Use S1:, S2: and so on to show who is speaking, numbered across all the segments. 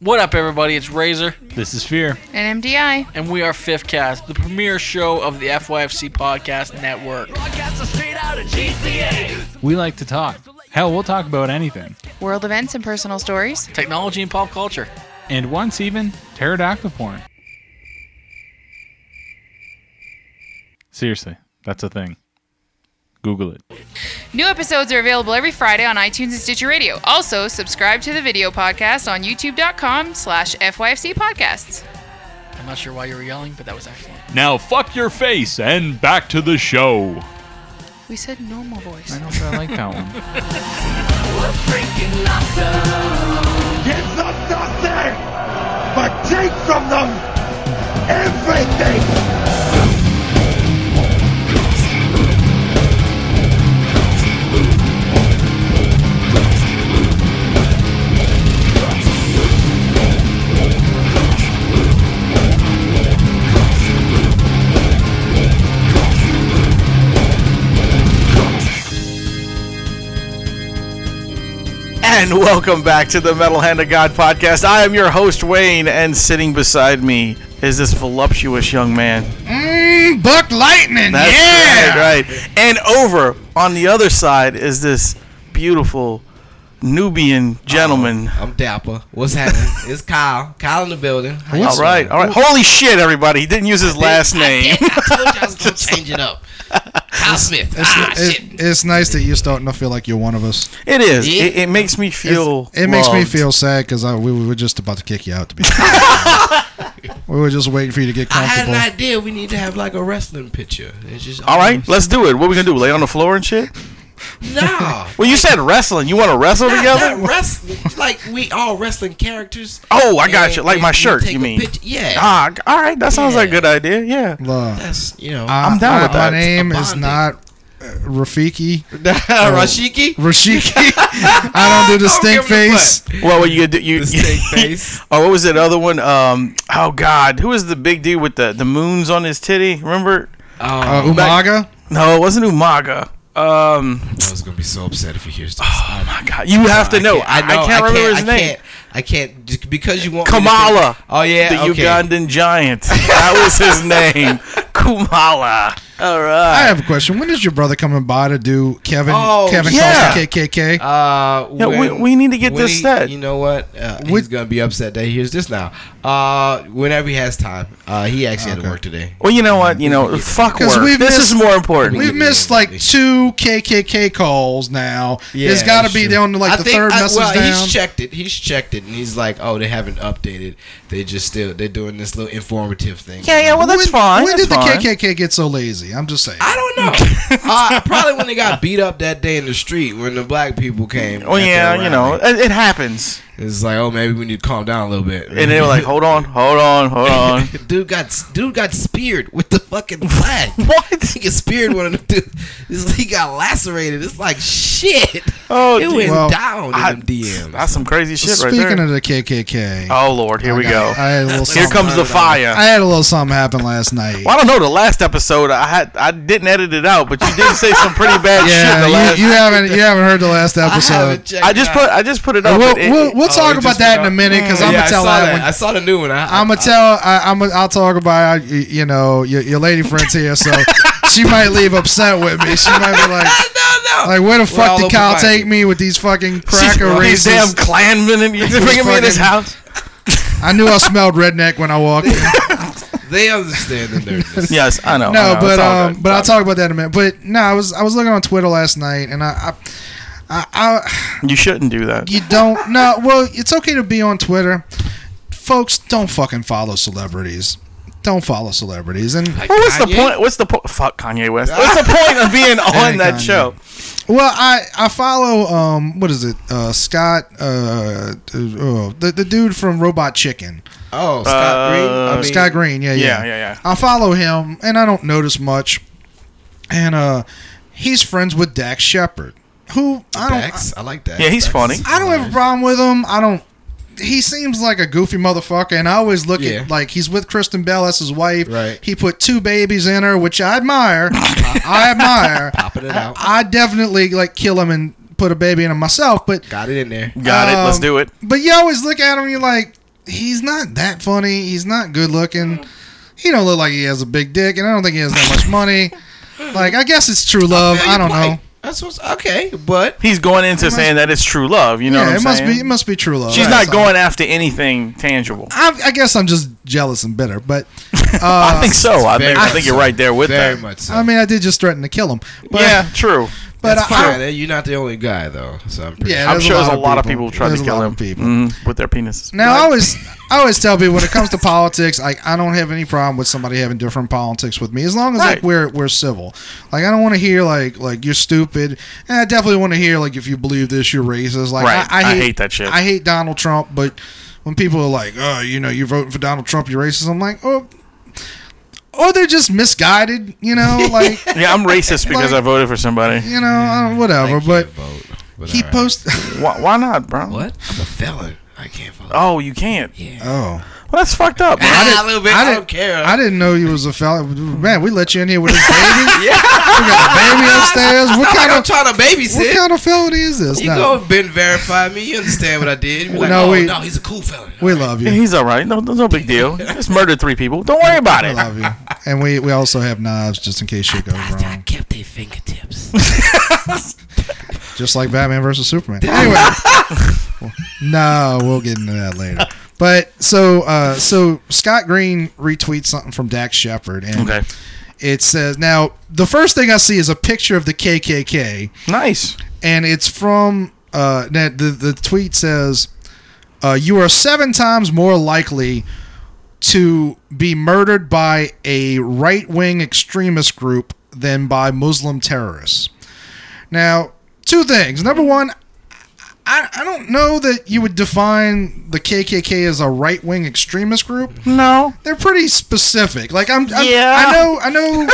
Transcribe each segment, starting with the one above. S1: What up, everybody? It's Razor,
S2: This is Fear.
S3: An MDI.
S1: and we are Fifth Cast, the premier show of the FYFC Podcast Network.
S2: We like to talk. Hell, we'll talk about anything.
S3: World events and personal stories.
S1: Technology and pop culture.
S2: And once even, pterodactyl porn. Seriously, that's a thing. Google it.
S3: New episodes are available every Friday on iTunes and Stitcher Radio. Also, subscribe to the video podcast on youtube.com slash FYFC podcasts.
S1: I'm not sure why you were yelling, but that was excellent.
S2: Now, fuck your face and back to the show.
S3: We said normal voice.
S2: I don't know if I like that one.
S4: Give them nothing, but take from them everything.
S5: And welcome back to the Metal Hand of God podcast. I am your host, Wayne, and sitting beside me is this voluptuous young man.
S6: Mm, Buck Lightning,
S5: That's
S6: yeah.
S5: right, right. And over on the other side is this beautiful Nubian gentleman.
S6: I'm Dapper. What's happening? it's Kyle. Kyle in the building. How y'all
S5: all right,
S6: doing?
S5: all right. Holy shit, everybody. He didn't use his last name.
S6: I told you I was gonna change it up. Kyle Smith. ah, shit.
S7: It, it's nice that you're starting to feel like you're one of us.
S5: It is.
S6: Yeah.
S5: It, it makes me feel.
S7: It makes me
S5: loved.
S7: feel sad because we, we were just about to kick you out. To be, we were just waiting for you to get
S6: I had
S7: comfortable.
S6: an idea. We need to have like a wrestling picture. It's just
S5: All right, let's do it. What we gonna do? Lay on the floor and shit?
S6: Nah.
S5: Well, you said wrestling. You want to wrestle
S6: Not,
S5: together?
S6: not wrestling. Like we all wrestling characters.
S5: Oh, I got
S6: And
S5: you. Like
S6: we-
S5: my
S6: we
S5: shirt,
S6: take
S5: you
S6: a
S5: mean?
S6: picture- Yeah.
S5: Ah, g- all right. That sounds like a
S6: Yeah.
S5: good idea. Yeah.
S7: Look,
S6: That's you know.
S7: I-
S5: I'm down
S7: I-
S5: with that.
S7: My name
S6: A
S7: is
S6: bonding.
S7: not uh, Rafiki.
S6: Rashiki.
S7: Rashiki. I don't do the stink
S6: give him the
S7: face.
S5: Well, what you gonna do? You,
S6: The steak face.
S5: oh, what was that other one? Um, oh God, who was the big dude with the the moons on his titty? Remember?
S7: Uh,
S6: Oh,
S7: Umaga.
S5: No, it wasn't Umaga. Um,
S6: I was gonna be so upset if he hears this.
S5: oh my God, you have to know. I, I, can't remember his
S6: I
S5: name.
S6: Can't, I can't just because you want me to think-
S5: Kamala.
S6: oh yeah,
S5: the
S6: okay.
S5: Ugandan giant. That was his name. Kumala. All
S7: I
S5: right.
S7: have a question. When is your brother coming by to do Kevin?
S6: Oh,
S7: Kevin
S5: yeah.
S7: calls the KKK.
S6: Uh,
S5: Yeah, we- we need to get
S6: when
S5: this
S6: he-
S5: set.
S6: You know what? Uh, he's
S7: What-
S6: gonna be upset that he hears this now. Uh, whenever he has time, uh, he actually had to work today.
S5: Well, you know what? You know, fuck
S7: Because
S5: work.
S7: we've
S5: This is
S7: missed-
S5: more important.
S7: We've missed like two KKK calls now.
S6: Yeah,
S7: it's got to
S6: that's
S7: be
S6: true.
S7: down to like
S6: I
S7: the
S6: think-
S7: third
S6: I-
S7: message
S6: well,
S7: down.
S6: He's checked it. He's checked it, and he's like, "Oh, they haven't updated. They just still they're doing this little informative thing."
S5: yeah, yeah. Well, that's
S7: when,
S5: fine.
S7: When
S5: that's
S7: did the
S5: fine.
S7: KKK get so lazy? I'm just saying.
S6: I don't know. uh, probably when they got beat up that day in the street when the black people came.
S5: Oh
S6: at their
S5: yeah, you know,
S6: rally.
S5: it, it happens.
S6: It's like, oh, maybe we need to calm down a little bit.
S5: And they were like, uh-uh. "Hold on, hold on, hold on."
S6: dude got dude got speared with the fucking flag.
S5: what?
S6: he got speared one of them dudes. It's like He got lacerated. It's like shit.
S5: Oh,
S6: it went
S7: Well,
S6: down in
S5: I-
S6: them DMs.
S5: That's some crazy shit right
S7: Speaking
S5: there.
S7: of the KKK,
S5: oh Lord, here
S7: I
S5: we
S7: got-
S5: go.
S7: I had a little
S5: Here
S7: something.
S5: comes the fire.
S7: I had a little something happen last night.
S5: well, I don't know. The last episode, I had I didn't edit it out, but you did say some pretty bad shit. in
S7: Yeah,
S5: The
S7: you,
S5: last,
S7: you haven't you haven't heard the last
S6: I haven't
S7: episode.
S6: checked
S5: I just
S6: it
S5: put
S6: out.
S5: I just put it
S7: We'll,
S5: up. but it-
S7: we'll, we'll
S6: Oh,
S7: talk
S6: it
S7: about
S6: just
S7: that in
S6: went
S7: a
S6: up.
S7: minute because I'm
S6: Yeah,
S7: gonna
S6: I
S7: tell
S6: saw
S7: that,
S6: that.
S7: one.
S6: I saw the new one. I,
S7: I'm gonna tell. I, I'm. gonna- I'll talk about. uh, y- You know, your, your lady friends here, so she might leave upset with me. She might be like,
S6: no, no.
S7: like, where the
S6: We're all
S7: fuck did
S6: open
S7: Kyle
S6: minded.
S7: take me with these fucking cracker
S5: these
S7: races?
S5: damn Klansmen and you bringing me in this
S7: fucking-
S5: house.
S7: I knew I smelled redneck when I walked. in.
S6: they understand the nervousness.
S5: Yes, I know. I know,
S7: no,
S5: Oh, it's
S7: but
S5: all
S7: um,
S5: good.
S7: but I'll talk about that in a minute. But no, I was I was looking on Twitter last night, and I, I, I, I
S5: you shouldn't do that.
S7: you don't no. Well, it's okay to be on Twitter, folks. Don't fucking follow celebrities. Don't follow celebrities. And
S6: Like
S5: Well, what's the
S6: Kanye?
S5: point? What's the point? Fuck Kanye West. What's the point of being on
S7: Dang,
S5: that
S7: Kanye.
S5: show?
S7: well, I I follow um what is it uh Scott uh, uh the the dude from Robot Chicken.
S6: Oh, Scott Green. I
S5: Uh,
S6: mean,
S7: Scott Green, yeah, yeah,
S5: Yeah, yeah, yeah.
S7: I follow him, and I don't notice much. And uh, he's friends with Dax Shepard, who I don't,
S6: Dax. I, like that.
S5: Yeah, he's
S6: Dax
S5: funny.
S6: is
S7: I don't have a
S6: hilarious.
S7: problem with him. I don't. He seems like a goofy motherfucker, and I always look
S6: Yeah.
S7: at like he's with Kristen Bell as his wife.
S6: Right.
S7: He put two babies in her, which I admire. I admire.
S6: Popping it out.
S7: I definitely like kill him and put a baby in him myself, but
S6: Got it in there.
S5: Got it. Let's
S7: Um,
S5: do it.
S7: but you always look at him, and you're like, he's not that funny. He's not good looking. He don't look like he has a big dick, and I don't think he has that much money. Like I guess it's true love. I don't know.
S6: That's what's okay, but
S5: He's going into saying that it's true love. You know
S7: Yeah,
S5: what
S7: it
S5: I'm
S7: must
S5: saying?
S7: be it must be true love.
S5: She's
S7: Right,
S5: not
S7: so-
S5: going after anything tangible.
S7: I, I guess I'm just jealous and bitter, but
S5: I think so. I
S6: very
S5: think, I think you're right there with
S6: very
S5: that.
S6: much so.
S7: I mean I did just threaten to kill him. But,
S5: yeah, true.
S7: but
S6: That's
S7: I,
S6: fine.
S7: I,
S6: You're not the only guy though. So I'm pretty
S7: yeah,
S5: I'm
S7: there's
S5: sure there's a lot of people, who tried
S7: There's
S5: to
S7: a
S5: kill
S7: lot of
S5: him
S7: people.
S5: Mhm, with their penises.
S7: Now I always I always tell people when it comes to politics, like I don't have any problem with somebody having different politics with me as long as
S5: Right.
S7: like we're we're civil. Like I don't want to hear like like you're stupid. And I definitely want to hear like if you believe this, you're racist. Like
S5: Right.
S7: I,
S5: I hate that shit.
S7: I hate Donald Trump, but when people are like, oh, you know, you're voting for Donald Trump, you're racist. I'm like, oh. Or they're just misguided, you know, like
S5: yeah, I'm racist because I
S7: Like-
S5: voted for somebody.
S7: you know, I don't- whatever.
S6: I
S7: But
S6: can't vote, but
S7: he
S6: all right.
S7: posts.
S5: Why, why not, bro?
S6: What? I'm a felon. I can't vote.
S5: Oh, you can't.
S7: Oh,
S5: Well, that's fucked up. man.
S6: Ah, a little bit. I,
S7: didn't-
S6: don't care.
S7: I didn't know you was a fella. Man, we let you in here with this baby. yeah, we got a baby upstairs. What
S6: Not like
S7: kind
S6: I'm
S7: of
S6: trying to
S7: what
S6: babysit.
S7: kind of felony is this?
S6: You
S7: No,
S6: go Ben verify me. You understand what I did? You be like,
S7: No,
S6: oh,
S7: we-
S6: no, he's a cool felon.
S7: we love
S5: Yeah,
S7: you.
S5: He's all right. No, no, no big deal. He Just murdered three people. Don't worry about
S7: We
S5: it.
S7: love you. And we we also have knives just in case shit goes
S6: I
S7: wrong,
S6: kept their fingertips.
S7: just like Batman versus Superman. Anyway, no, we'll get into that later. But so uh, so Scott Green retweets something from Dax Shepard, and
S5: Okay.
S7: it says now the first thing I see is a picture of the KKK.
S5: Nice.
S7: and it's from uh, that the the tweet says, uh, "You are seven times more likely to be murdered by a right wing extremist group than by Muslim terrorists." Now, two things. Number one. I, I don't know that you would define the KKK as a right wing extremist group.
S5: No.
S7: They're pretty specific. Like I'm, I'm
S5: Yeah.
S7: I know, I know,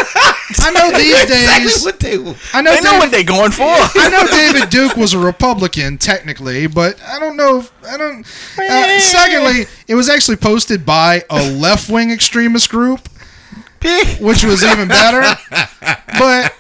S7: I know these
S6: That's
S7: days.
S6: what they were.
S7: I know,
S5: They know
S7: days-
S5: what they're going for.
S7: I know David Duke was a Republican technically, but I don't know. If, I don't. Uh, secondly, it was actually posted by a left-wing extremist group, which was even better. But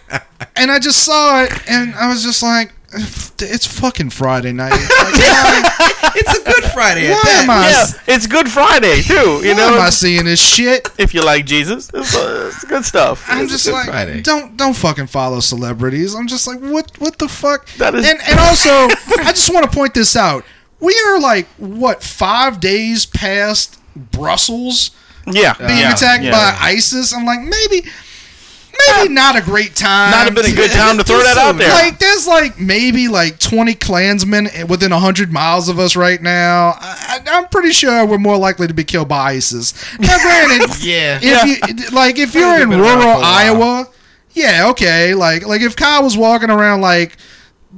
S7: and I just saw it, and I was just like, "It's fucking Friday night. Like, why,
S6: It's a good Friday. at
S7: why
S6: that.
S7: am I?
S5: Yeah, it's Good Friday too. You
S7: why am
S5: know,
S7: I seeing this shit?"
S5: if you like Jesus, it's, uh, it's good stuff.
S7: I'm just
S6: Good
S7: like,
S6: Friday.
S7: don't don't fucking follow celebrities. I'm just like, what what the fuck?
S5: That is-
S7: and and also, I just want to point this out. We are like what five days past Brussels
S5: yeah,
S7: being
S5: yeah,
S7: attacked
S5: yeah.
S7: by ISIS. I'm like, maybe maybe not a great time.
S5: Not have been a good time to throw that out there.
S7: Like, there's like maybe like 20 Klansmen within 100 miles of us right now. I, I, I'm pretty sure we're more likely to be killed by ISIS. Now, granted,
S6: Yeah.
S7: if you like, if you're
S6: They've
S7: in
S6: been around
S7: rural
S6: for a while.
S7: Iowa, yeah, okay. Like, like if Kyle was walking around like,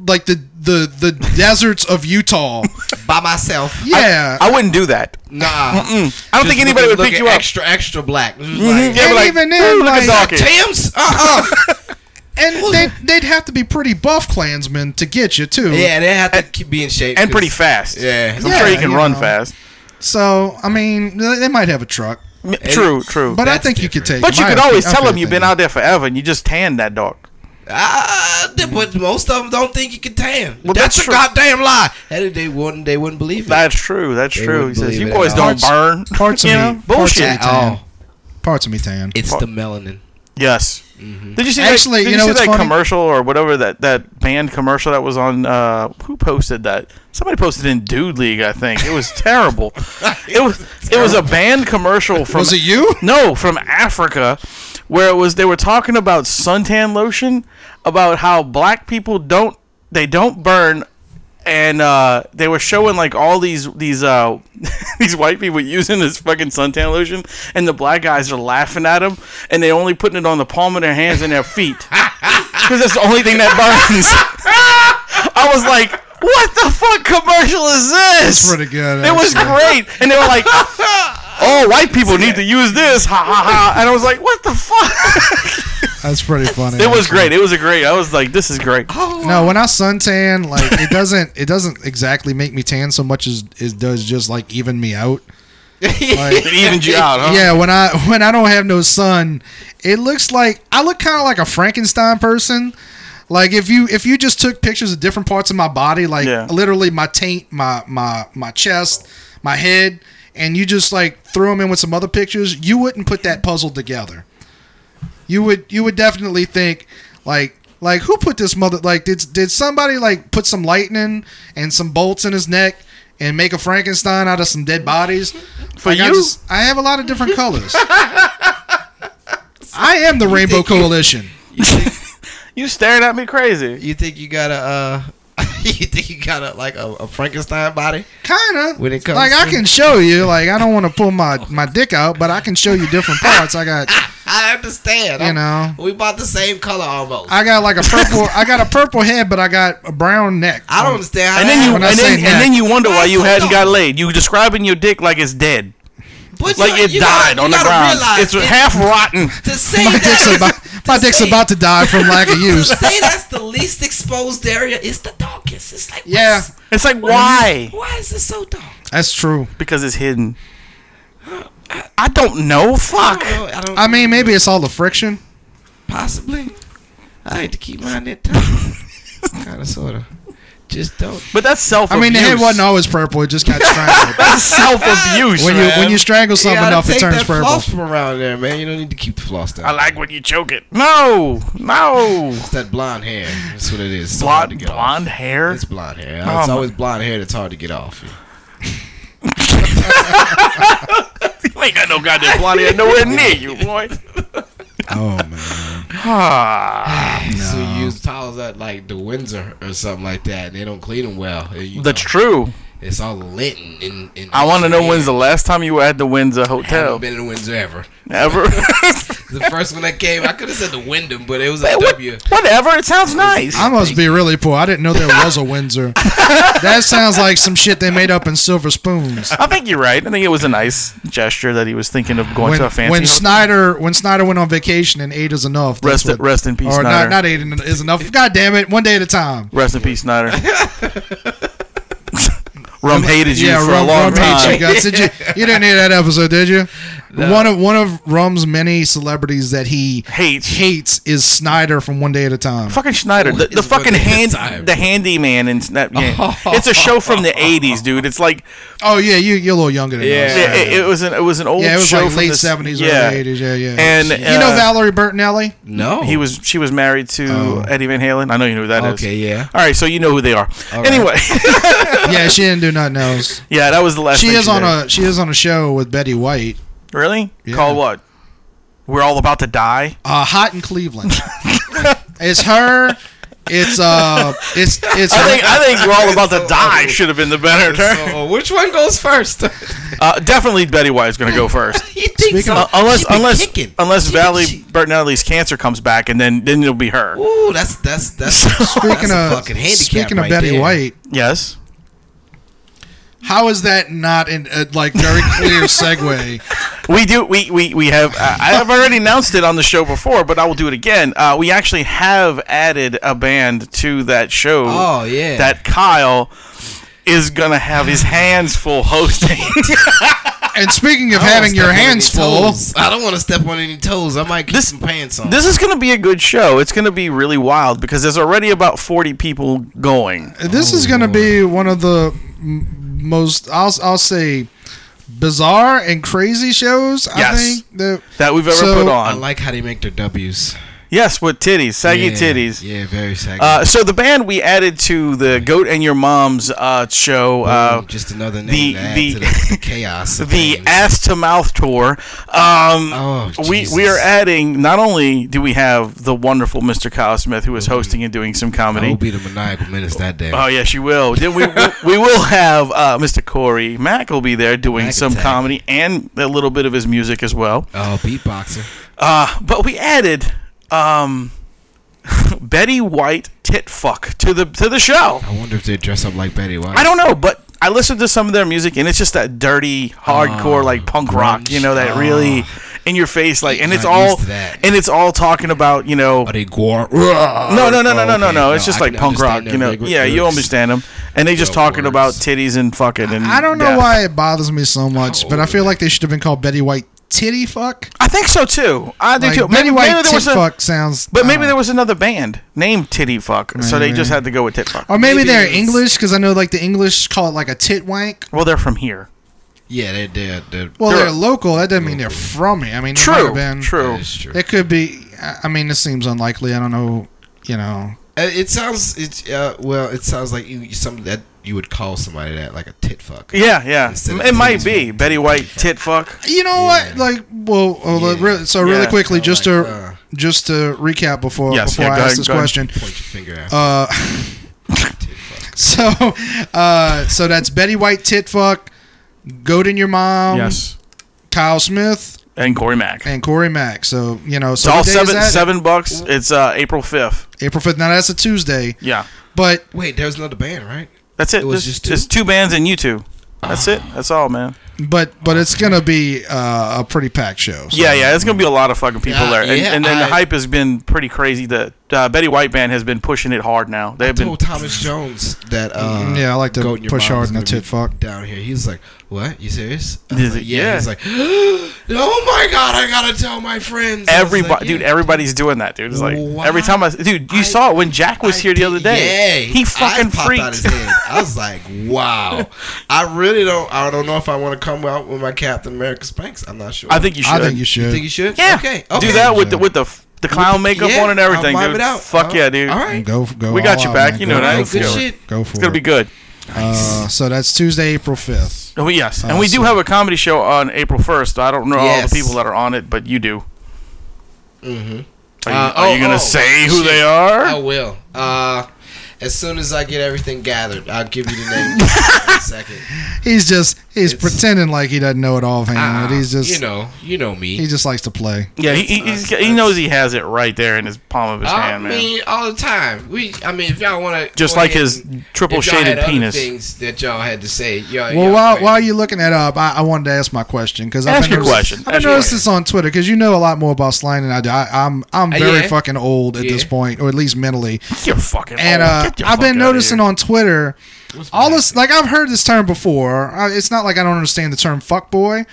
S7: like the the the deserts of Utah,
S6: By myself.
S7: yeah.
S5: I wouldn't do that. Mm.
S6: Nah.
S5: I don't think anybody would pick you up.
S6: Extra, extra black. Just
S5: Mhm,
S6: like,
S5: yeah,
S7: And
S5: but like,
S7: even then,
S5: "Ooh, look
S7: like-
S5: at Doc here."
S6: Tim's? Uh-uh.
S7: and they'd, they'd have to be pretty buff Klansmen to get you too.
S6: yeah, they have to keep be in shape.
S5: and pretty
S6: 'cause-
S5: fast.
S6: Yeah.
S5: 'Cause I'm sure
S7: Yeah,
S5: he can
S7: you
S5: run
S7: know.
S5: fast.
S7: So I mean, they they might have a truck,
S5: M- True, true.
S7: but
S5: But,
S7: I
S6: That's
S7: think you could take.
S6: different.
S5: you
S7: my
S5: could
S7: opi-
S5: always
S7: I
S5: tell
S7: feel
S5: him you've
S7: like-
S5: been out there forever, and you just tanned that dog.
S6: Ah, th- but most of them don't think you can tan.
S5: Well,
S6: that's,
S5: that's
S6: a
S5: true.
S6: goddamn lie. And they wouldn't. They wouldn't believe it.
S5: That's true. That's
S6: They
S5: true. He
S6: wouldn't
S5: says
S6: believe
S5: you
S6: it
S5: boys
S6: at
S5: don't burn.
S7: Parts of
S5: you
S7: me-
S5: know?
S7: parts of me
S5: bullshit.
S7: tan.
S6: all.
S7: Parts of me tan.
S6: It's the melanin.
S5: Yes. Did you see
S7: Actually,
S5: that, did
S7: you know
S5: see
S7: what's
S5: that
S7: funny?
S5: commercial or whatever that that band commercial that was on? Uh, who posted that? Somebody posted in Dude League, I think. It was terrible. it was it was a band commercial from
S7: Was it you?
S5: no from Africa, where it was they were talking about suntan lotion, about how black people don't they don't burn. And uh, they were showing like all these these uh, these white people using this fucking suntan lotion, and the black guys are laughing at them, and they only putting it on the palm of their hands and their feet, because that's the only thing that burns. I was like, what the fuck commercial is this?
S7: Pretty good.
S5: It was
S7: actually.
S5: great, and they were like, "Oh, white people need to use this!" Ha ha ha! And I was like, "What the fuck?"
S7: That's pretty funny.
S5: It was great. It was a great. I was like, "This is great."
S7: No, when I suntan, like it doesn't it doesn't exactly make me tan so much as it does just like even me out. Like,
S5: It evened you out, huh?
S7: yeah, when I when I don't have no sun, it looks like I look kind of like a Frankenstein person. Like if you if you just took pictures of different parts of my body, like
S5: Yeah.
S7: literally my taint, my my my chest, my head, and you just like threw them in with some other pictures, you wouldn't put that puzzle together. You would you would definitely think like like who put this mother like did did somebody like put some lightning and some bolts in his neck and make a Frankenstein out of some dead bodies?
S5: For
S7: Like, I
S5: you?
S7: just I have a lot of different colors. I am the Rainbow Coalition.
S6: You think,
S5: You staring at me crazy.
S6: you think you got a? Uh, you think you got a like a, a Frankenstein body?
S7: Kinda.
S6: When it comes
S7: like I
S6: to-
S7: can show you. Like I don't want to pull my my dick out, but I can show you different parts. I got
S6: I understand.
S7: You
S6: I'm-
S7: know.
S6: we bought the same color almost. I,
S7: I got like a purple. I got a purple head, but I got a brown neck.
S6: don't understand. How
S5: And then you
S7: When
S5: and
S7: I say
S5: then, and
S7: neck.
S5: then you wonder why you hadn't got laid. You describing your dick like it's dead,
S6: but
S5: like it
S6: you
S5: died
S6: gotta-
S5: on
S6: you
S5: the
S6: gotta
S5: ground.
S6: realize
S5: It's
S6: it-
S5: half rotten.
S6: to say
S7: my
S6: that
S7: dick's
S6: is-
S7: about my
S6: to
S7: dick's
S6: say-
S7: about to die from lack of
S6: to
S7: use.
S6: say that's the least exposed area. It's the darkest. It's like
S7: Yeah.
S6: what's-
S5: It's like why?
S6: Why is it so dark?
S7: That's true.
S5: Because it's hidden. I don't know.
S6: I
S5: Fuck.
S6: don't know. I, don't,
S7: I mean, maybe it's all the friction.
S6: possibly. I had to keep mine that time. kind of, sort of. Just don't.
S5: But that's self.
S7: I mean, the head wasn't always purple. It just got strangled.
S5: That's self abuse.
S7: when you when you strangle
S6: You
S7: something
S6: gotta
S7: enough, it
S6: take
S7: turns
S6: that
S7: purple.
S6: floss from around there, man. You don't need to keep the floss down.
S5: I like when you choke it. No, no.
S6: It's that blonde hair. That's what it is. It's hard to
S5: Blonde,
S6: get off.
S5: blonde hair.
S6: It's blonde hair.
S5: Oh,
S6: it's
S5: my-
S6: always blonde hair that's hard to get off.
S5: You ain't got no goddamn blonde hair nowhere near you, boy.
S7: Oh man.
S5: Ah,
S6: So you use towels at like the Windsor or something like that, and they don't clean them well. And you
S5: that's
S6: know,
S5: true.
S6: It's all lint and. and, and
S5: I want to know when's
S6: Windsor.
S5: the last time you were at the Windsor Hotel.
S6: Haven't been in Windsor ever.
S5: Ever.
S6: The first one that came, I could have said the Wyndham, but it was a W.
S5: What- whatever. It sounds nice.
S7: I must be really poor. I didn't know there was a Windsor. That sounds like some shit they made up in silver spoons.
S5: I think you're right. I think it was a nice gesture that he was thinking of going
S7: When,
S5: to a fancy
S7: when
S5: hotel.
S7: Snyder when Snyder went on vacation and eight is enough. that's
S5: Rest in- rest in peace,
S7: Or
S5: Snyder.
S7: not not eight is enough. God damn it, one day at a time.
S5: Rest in peace, Snyder. Rum hated you for
S7: Rum-
S5: a long
S7: Rum hates
S5: time.
S7: You, guys. Did you, you didn't hear that episode, did you? One of one of Rum's many celebrities that he
S5: Hates.
S7: hates is Snyder from One Day at a Time.
S5: Fucking Schneider, the, the
S6: is one
S5: fucking
S6: day at a
S5: hand,
S6: time?
S5: the handyman, and that. Yeah. it's a show from the '80s, dude. It's like
S7: Oh yeah, you you're a little younger than us.
S5: it, it- it was an it was an old
S7: Yeah, it was
S5: show
S7: like
S5: from
S7: late
S5: the s-
S7: seventies,
S5: yeah.
S7: early eighties. Yeah, yeah.
S5: And
S7: you know
S5: uh,
S7: Valerie Bertinelli?
S6: No.
S5: He was she was married to
S7: Oh.
S5: Eddie Van Halen. I know you know who that is.
S6: Okay, yeah.
S5: All right, so you know who they are.
S6: right.
S5: anyway,
S7: Yeah, she didn't do nothing else.
S5: yeah, that was the last.
S7: She
S5: thing
S7: is on
S5: did.
S7: a she is on a show with Betty White.
S5: really
S7: Yeah.
S5: called what? We're all about to die.
S7: Uh, hot in Cleveland. it's her. It's uh. It's it's.
S5: I think I think we're all about to die should have been the better term.
S6: So, Oh, which one goes first?
S5: Uh, definitely Betty White's going to go first.
S6: you think
S7: Speaking
S6: so?
S5: Uh, unless
S6: She been
S5: unless
S6: kicking.
S5: unless
S6: She been-
S5: Valley
S6: she-
S5: Bertinelli's cancer comes back and then then it'll be her.
S6: Ooh, that's that's that's.
S7: speaking
S6: that's a
S7: of
S6: fucking handicap
S7: speaking of
S6: right
S7: Betty
S6: there.
S7: White.
S5: Yes.
S7: How is that not in a, like very clear segue?
S5: We do. We we, we have. Uh, I have already announced it on the show before, but I will do it again. Uh, we actually have added a band to that show.
S6: Oh, yeah.
S5: That Kyle is gonna have his hands full hosting.
S7: and speaking of
S6: I don't
S7: having
S6: wanna
S7: your
S6: step on
S7: hands
S6: any
S7: full,
S6: toes. I don't want to step on any toes. I might keep
S5: This-
S6: some pants on.
S5: this is gonna be a good show. It's gonna be really wild because there's already about forty people going.
S7: this is going to
S5: Oh,
S7: be one of the m- most I'll I'll say bizarre and crazy shows. I
S5: Yes.
S7: think that
S5: That we've ever
S7: So-
S5: put
S6: I
S5: on.
S6: like how they make their W's.
S5: yes, with titties, saggy
S6: yeah,
S5: titties.
S6: Yeah, very saggy.
S5: Uh, so the band we added to the Goat and Your Mom's uh, show. Uh,
S6: Boom, just another
S5: the-
S6: name to add
S5: the-
S6: to the, the chaos. of
S5: the
S6: names.
S5: ass to mouth tour. Um,
S6: Oh,
S5: we
S6: Jesus.
S5: we are adding. Not only do we have the wonderful Mr. Kyle Smith, who is hosting and doing some
S6: I
S5: comedy.
S6: will Mm-hmm. be the maniacal menace that day.
S5: Oh yes, you will. Then we we will have uh, Mr. Corey Mack will be there doing
S6: Mack
S5: some
S6: attack.
S5: comedy and a little bit of his music as well.
S6: Oh, beatboxer.
S5: Uh, but we added um, Betty White tit fuck to the to the show.
S6: I wonder if they dress up like Betty White.
S5: I don't know, but I listened to some of their music, and it's just that dirty, hardcore, like punk rock. You know, that
S6: grunge.
S5: really in your face, like, and it's
S6: Not
S5: all,
S6: used to that.
S5: and it's all talking about, you know.
S6: Are they gore? Oh, No,
S5: No, no, no, no, no, no, no. It's just
S6: I
S5: like
S6: can
S5: punk rock,
S6: understand
S5: you know.
S6: their
S5: Yeah, you
S6: lyrics.
S5: understand them, and they just
S6: Their
S5: talking about
S6: words.
S5: titties and fucking. And
S7: I don't know
S5: death.
S7: why it bothers me so much, but I feel like they should have been called Betty White titty fuck.
S5: I think so too. I do
S7: Like,
S5: too.
S7: Betty
S5: Maybe,
S7: White
S5: maybe there
S7: tit
S5: was a,
S7: fuck sounds,
S5: but maybe
S7: uh,
S5: there was another band named Titty Fuck, so they just had to go with Tit Fuck.
S7: or maybe,
S6: maybe
S7: they're
S6: it's-
S7: English because I know like the English call it like a tit wank.
S5: Well, they're from here.
S6: Yeah, they did. They,
S7: Well,
S5: They're-
S7: they're, local. That doesn't mean they're from here. I mean, it might
S5: True.
S7: have been-
S5: True.
S6: That's true.
S7: It could be. I I mean, this seems unlikely. I don't know. You know,
S6: Uh, It sounds it's uh, well. It sounds like you, you something that you would call somebody that like a tit fuck.
S5: Yeah, yeah.
S6: Instead of
S5: It might
S6: titties.
S5: be Betty White tit fuck.
S7: you know
S6: Yeah.
S7: what? Like, well, oh,
S6: Yeah.
S7: really, so really
S5: Yeah.
S7: quickly, just
S6: like,
S7: to
S6: uh,
S7: just to recap before
S5: Yes,
S7: before
S5: yeah,
S7: I
S5: go
S7: ask
S5: ahead,
S7: this
S5: go ahead.
S7: question.
S6: Point your finger at.
S7: Uh, so, uh, so that's Betty White tit fuck, Godin your
S6: Um,
S7: mom, Kyle Smith,
S5: And Corey Mack.
S7: and Corey Mack. So you know,
S5: It's
S7: so
S5: all
S7: what day is
S5: seven
S7: that?
S5: seven bucks. It's uh, April fifth.
S7: April fifth. Now that's a Tuesday,
S5: Yeah,
S7: but
S6: Wait, there was another band, right?
S5: that's it.
S6: It was
S5: There's-
S6: just two? Ah.
S5: there's two bands and you two. That's it. That's all, man.
S7: but but it's gonna be uh, a pretty packed show. So.
S5: Yeah, yeah. It's gonna be a lot of fucking people
S6: Yeah,
S5: there, and,
S6: yeah,
S5: and, and the
S6: I-
S5: hype has been pretty crazy. The uh, Betty White band has been pushing it hard now. They've been
S6: told Thomas Jones that. Uh,
S7: Mm, Yeah, I like to
S6: Goat in Your
S7: push
S6: Mouth
S7: hard
S6: is
S7: in the
S6: gonna be
S7: tit fuck.
S6: down here. He's like, "What? You serious?" I
S5: Is
S6: was
S5: it-
S6: like, yeah. He's
S5: yeah.
S6: like, "Oh my god, I gotta tell my friends." I was
S5: everybody,
S6: like,
S5: dude.
S6: yeah.
S5: Everybody's doing that, dude. It's like
S6: Why?
S5: every time I, dude, you
S6: I-
S5: saw it when Jack was
S6: I
S5: here the
S6: did-
S5: other day.
S6: Yeah,
S5: he
S6: his eyes
S5: fucking
S6: popped Out his
S5: freaked.
S6: head. I was like, wow. I really don't. I don't know if I want to come out with my Captain America spanks. I'm not sure.
S5: I think you should.
S7: I think you should.
S6: You think you should?
S5: yeah.
S6: Okay. okay.
S5: Do that with the with the f- the clown makeup
S6: Yeah,
S5: on and everything,
S6: I'll vibe
S5: dude.
S6: it out.
S5: Fuck
S6: I'll-
S5: yeah, dude.
S6: All right.
S7: Go, go.
S5: We got
S7: all
S5: you
S7: out,
S5: back,
S7: man.
S5: you know
S7: Go
S5: that.
S7: for
S5: Good
S7: it.
S6: shit.
S7: Go for
S5: It's gonna
S7: it.
S5: be good.
S7: Uh, so that's Tuesday, April fifth.
S5: Oh yes, and
S7: Uh,
S5: we do
S7: so-
S5: have a comedy show on April first. I don't know all
S6: Yes.
S5: the people that are on it, but you do. Mm-hmm. Are you,
S6: Uh,
S5: are
S6: oh,
S5: you gonna
S6: oh,
S5: say who
S6: shit. Oh,
S5: they
S6: I
S5: are?
S6: will. Uh, as soon as I get everything gathered, I'll give you the name. in a second.
S7: He's just he's
S6: It's-
S7: pretending like he doesn't know it
S5: Ah,
S7: offhand. but he's just
S6: Uh, you know, you know me.
S7: he just likes to play.
S5: Yeah, he, he, he's, he
S6: that's-
S5: knows he has it right there in his palm of his
S6: I
S5: hand, man.
S6: mean, all the time. We, I mean, if y'all want to,
S5: Just like his triple shaded penis.
S6: Things that y'all had to say. Y'all,
S7: Well,
S6: y'all
S7: while,
S6: great.
S7: while you're looking that up, I, I wanted to ask my question because I've
S5: Ask
S7: been
S5: your question.
S7: noticing-
S5: Uh,
S7: I've
S5: Ask
S7: been
S5: your
S7: noticing this on Twitter because you know a lot more about slang than I do. I, I'm I'm very
S6: yeah.
S7: fucking old at this
S6: Yeah.
S7: point, or at least mentally.
S5: You're fucking.
S7: And
S5: old.
S7: uh,
S5: Get your
S7: I've
S5: fuck outta
S7: been noticing
S5: here.
S7: on Twitter all this. Like I've heard this term before. I, it's not like I don't understand the term "fuckboy,"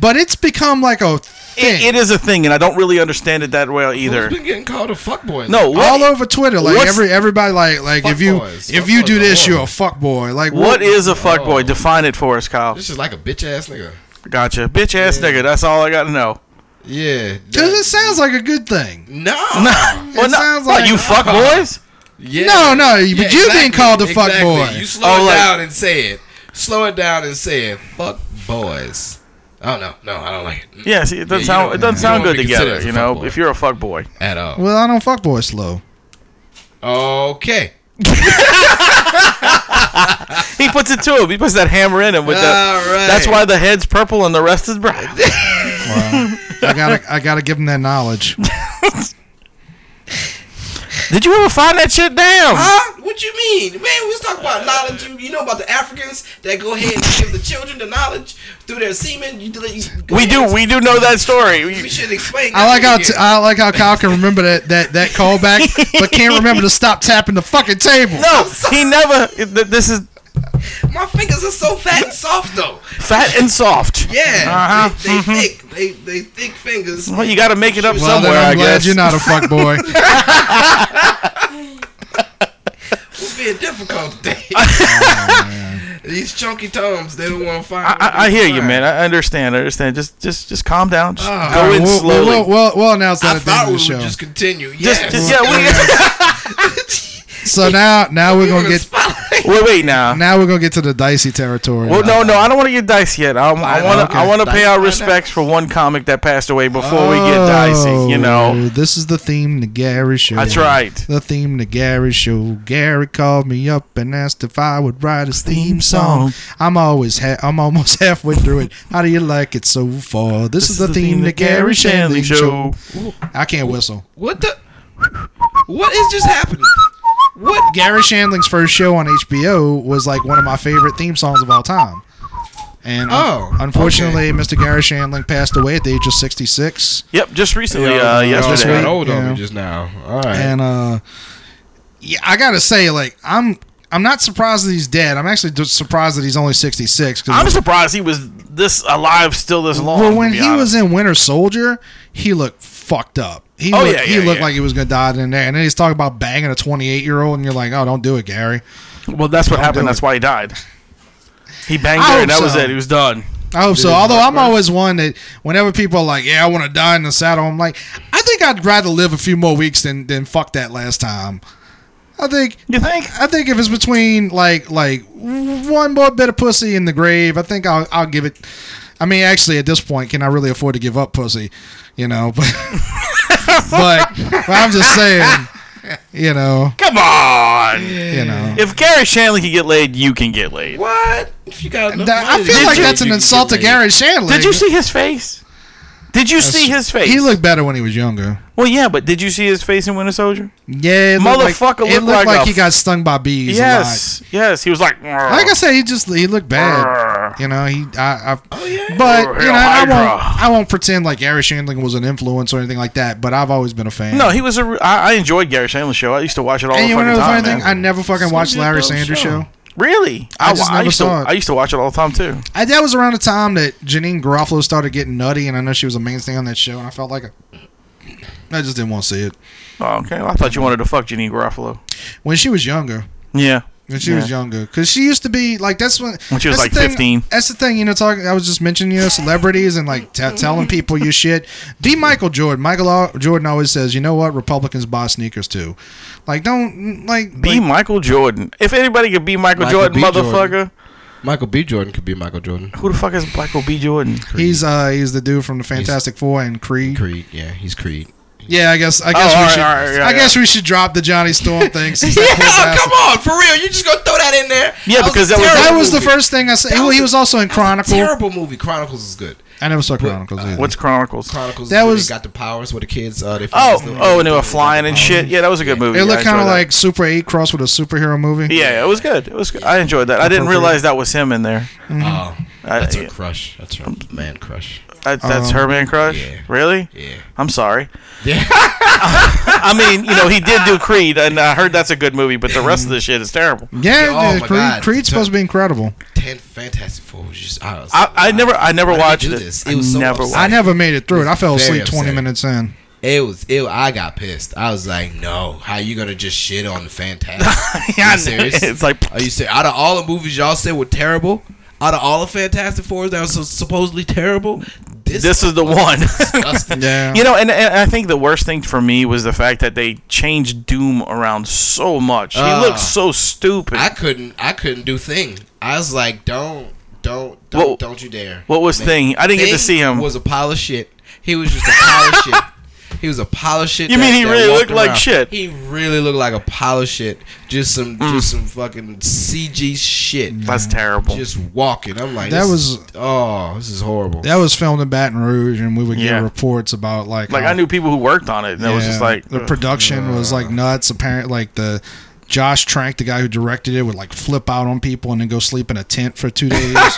S7: but it's become like a thing.
S5: It, it is a thing, and I don't really understand it that well either.
S6: Who's been getting called a fuckboy?
S5: No, what,
S7: all over Twitter, like
S5: what's-
S7: every everybody, like like if you
S6: Fuckboys.
S7: if you do
S6: Fuckboys
S7: this,
S6: are
S7: you're a fuck boy. Like
S5: what is
S6: Oh.
S5: a fuckboy? Define it for us, Kyle.
S6: This is like a bitch ass nigga.
S5: Gotcha, bitch ass nigga. That's all I gotta know.
S6: Yeah.
S7: Because it
S6: that-
S7: sounds like a good thing.
S6: no.
S5: well, no,
S7: sounds
S5: what,
S7: like-
S5: you fuck boys.
S6: Yeah.
S7: No, no, you- but you being called a fuck boy.
S6: You slow
S5: Oh,
S6: it
S5: like-
S6: down and say it. Slow it down and say it. Fuck boys. Oh no, no, I don't like it
S5: Yes, it doesn't
S6: you
S5: sound
S6: don't-
S5: it doesn't
S6: you
S5: sound
S6: don't
S5: good
S6: wanna be
S5: together.
S6: considered as a
S5: You know,
S6: fuckboy.
S5: if you're a fuck boy,
S6: at all.
S7: Well, I don't fuck boy slow.
S6: Okay.
S5: he puts it to him. He puts that hammer in him with the.
S6: All right.
S5: That's why the head's purple and the rest is brown.
S7: I gotta I gotta give him that knowledge.
S5: Did you ever find that shit down?
S6: Huh? What you mean? Man, we was talking about knowledge. You, you know about the Africans that go ahead and give the children the knowledge through their semen. You, you, go
S5: we
S6: ahead
S5: do
S6: and-
S5: we do know that story.
S6: We
S5: We-
S6: should explain.
S7: I
S6: that
S7: like how
S6: here.
S7: t- I like how Kyle can remember that that that callback, but can't remember to stop tapping the fucking table.
S5: no, he never. th- This is
S6: my fingers are so fat and soft though.
S5: fat and soft. Uh-huh.
S6: Yeah, they, they
S5: Mm-hmm.
S6: thick, they they thick fingers.
S5: Well, you got to make it up
S7: Well, then
S5: somewhere.
S7: I'm
S5: I
S7: glad
S5: guess.
S7: you're not a fuck boy.
S6: It's being difficult today. These chunky toms, they don't want to find.
S5: Oh, I, I- I hear you, man. I understand. I understand. Just, just, just calm down. Just
S6: Ah,
S5: go in
S7: we'll,
S5: slowly.
S7: We'll, we'll, we'll announce that
S6: I
S7: at the end
S6: thought
S7: of
S6: we
S7: the show.
S6: would just continue.
S5: just,
S6: Yes.
S5: just, yeah. We,
S7: so now now we're gonna get
S5: wait, wait now.
S7: now we're gonna get to the dicey territory.
S5: Well, no, no, I don't want to get dicey yet. I want, I
S7: Fine,
S5: want to,
S7: okay.
S5: I want to pay
S6: Dice-
S5: our
S6: why not?
S5: respects for one comic that passed away before we get dicey. You know,
S7: Oh, this is the theme to Gary show.
S5: that's right.
S7: The theme to Gary show. Gary called me up and asked if I would write his theme song. I'm always ha- I'm almost halfway through it. How do you like it so far? This, is the theme to Gary Shanley show. I can't whistle.
S6: What the? What is just happening? What?
S7: Gary Shandling's first show on HBO was like one of my favorite theme songs of all time. And un-
S6: Oh,
S7: unfortunately, Mr. Gary Shandling passed away at the age of 66.
S5: Yep, just recently, uh,
S7: just
S5: yesterday.
S7: wait. old on me
S6: just now. All right.
S7: And uh, yeah, I gotta say, like, I'm I'm not surprised that he's dead. I'm actually just surprised that he's only 66. Cause
S5: I'm surprised he was this alive still this long.
S7: well,
S5: to
S7: when
S5: be
S7: he
S5: honest.
S7: was in Winter Soldier, he looked fucked up. He
S5: Oh,
S7: looked,
S5: yeah,
S7: he
S5: yeah,
S7: looked
S5: yeah.
S7: like he was gonna die in there. And then he's talking about banging a 28 year old, and you're like, oh, don't do it, Gary.
S5: Well, that's what happened.
S7: do
S5: That's
S7: it.
S5: why he died. He banged
S7: I
S5: her,
S7: hope
S5: and that was
S7: so.
S5: it. He was done.
S7: I hope so. Although I'm always one that whenever people are like, "Yeah, I want to die in the saddle," I'm like, I think I'd rather live a few more weeks than than fuck that last time. I think
S5: You think?
S7: I think if it's between like like one more bit of pussy in the grave, I think I'll I'll give it. I mean, actually, at this point, can I really afford to give up pussy? You know, but but, but I'm just saying, you know,
S5: Come on.
S7: you know.
S5: If Gary Shanley can get laid, you can get laid.
S6: What? If you got enough
S7: That- I
S6: money,
S7: feel
S6: then
S7: like
S6: you-
S7: that's an
S6: you can
S7: insult to
S6: get laid.
S7: Gary Shanley.
S5: Did you see his face? Did you see his face?
S7: He looked better when he was younger.
S5: well, yeah, but did you see his face in Winter Soldier?
S7: Yeah, it looked like-
S5: Motherfucker
S7: it
S5: looked like
S7: looked like,
S5: a-
S7: he got stung by bees.
S5: yes, yes. He was like,
S7: a lot. like I said, he just he looked bad. You know, he I, I but
S5: Oh,
S7: you know I
S5: Hydra.
S7: won't I won't pretend like Gary Shandling was an influence or anything like that. But I've always been a fan.
S5: no, he was a. re- I, I enjoyed Gary Shanley's show. I used to watch it all
S7: and
S5: the
S7: you
S5: fucking
S7: wanna know the funny
S5: time.
S7: thing?
S5: man.
S7: I never fucking watched Larry Sanders show.
S5: really?
S7: I just never
S5: used
S7: saw
S5: to,
S7: it.
S5: I used to watch it all the time too.
S7: I, that was around the time that Janine Garofalo started getting nutty, and I know she was a mainstay on that show, and I felt like a, I just didn't want to see it
S5: Oh, okay. Well, I thought you wanted to fuck Jeanine Garofalo.
S7: when she was younger.
S5: Yeah.
S7: When she was
S5: Yeah.
S7: younger, because she used to be like that's when
S5: When she was,
S7: that's the
S5: like, 15.
S7: thing- That's the thing, you know. Talking, I was just mentioning you know celebrities and like t- telling people your shit. D. Michael Jordan, Michael Al- Jordan always says, you know what, Republicans buy sneakers too. Like don't like
S5: Be
S7: like,
S5: Michael Jordan. If anybody could be Michael,
S8: Michael
S5: Jordan,
S8: B.
S5: motherfucker,
S8: Jordan. Michael B. Jordan could be Michael Jordan.
S5: who the fuck is Michael B. Jordan?
S7: he's uh he's the dude from the Fantastic Four and Creed.
S8: Creed. Yeah, he's Creed.
S7: Yeah, I guess I guess
S5: Oh, all
S7: we
S5: right,
S7: should
S5: all right, yeah,
S7: I
S5: yeah.
S7: guess we should drop the Johnny Storm thing. Since that whole
S6: Yeah,
S7: bastard-
S6: come on, for real. You just gonna throw that in there?
S5: Yeah, because that was-
S6: terrible
S7: That was the
S6: movie.
S7: first thing I said.
S6: That
S7: Well,
S6: was
S7: he
S6: a-
S7: was also in
S6: that was a
S7: Chronicle.
S6: Terrible movie. Chronicles is good.
S7: I never saw Chronicles either.
S5: What's Chronicles?
S6: Chronicles.
S7: That
S6: That
S7: was-
S6: was got the powers where the kids. Uh, they
S5: Oh,
S6: they-
S5: oh, and they were flying and shit. Yeah, that was a good movie.
S7: it
S5: I
S7: looked kind of
S5: enjoyed that.
S7: like Super Eight cross with a superhero movie.
S5: Yeah, it was good. It was. Good. I enjoyed that. I didn't realize that was him in there.
S7: Mm-hmm.
S8: Oh,
S5: I-
S8: that's
S5: yeah.
S8: her crush. That's her man crush.
S5: I, that's
S7: Um,
S5: her man crush.
S8: yeah.
S5: Really?
S8: Yeah.
S5: I'm sorry.
S8: Yeah.
S5: I mean, you know, he did do Creed, and I heard that's a good movie, but the rest of the shit is terrible.
S7: Yeah,
S6: Oh
S7: dude,
S6: my
S7: Creed,
S6: God.
S7: Creed's supposed to be incredible.
S6: Ten Fantastic Four was just. I, was
S5: I,
S6: like,
S5: I
S6: wow.
S5: never, I never
S6: Why did
S5: watched
S6: you do
S5: it.
S6: this?
S5: I
S6: It was so
S5: never
S6: upsetting.
S7: I never made it through it. I fell
S6: Very
S7: asleep 20
S6: upsetting.
S7: minutes in.
S6: It was. It. I got pissed. I was like, no. How you gonna just shit on the Fantastic?
S5: Yeah,
S6: Are
S5: I know.
S6: you serious?
S5: It's like-
S6: Are you serious? Out of all the movies y'all said were terrible, out of all the Fantastic Fours that were so supposedly terrible, this,
S5: This is the one.
S6: disgusting.
S7: Yeah.
S5: you know, and, and I think the worst thing for me was the fact that they changed Doom around so much. He
S6: Ah.
S5: looked so stupid.
S6: I couldn't. I couldn't do thing. I was like, don't, don't, don't,
S5: What-
S6: don't you dare.
S5: what was Thing? I didn't get to see him.
S6: Was a pile of shit. He was just a pile of shit. He was a pile of shit.
S5: You mean he really looked
S6: walked
S5: like shit? Mm.
S6: He really looked like a pile of shit. Just some, just some fucking CG shit.
S5: that's terrible.
S6: Just walking. I'm like,
S7: That
S6: this
S7: was-
S6: is- oh, this is horrible.
S7: That was filmed in Baton Rouge, and we would get
S5: Yeah.
S7: reports about like
S5: like
S7: how-
S5: I knew people who worked on it, and it was
S7: yeah,
S5: just like
S7: the production was like nuts. Apparently, like the Josh Trank, the guy who directed it, would like flip out on people and then go sleep in a tent for two days.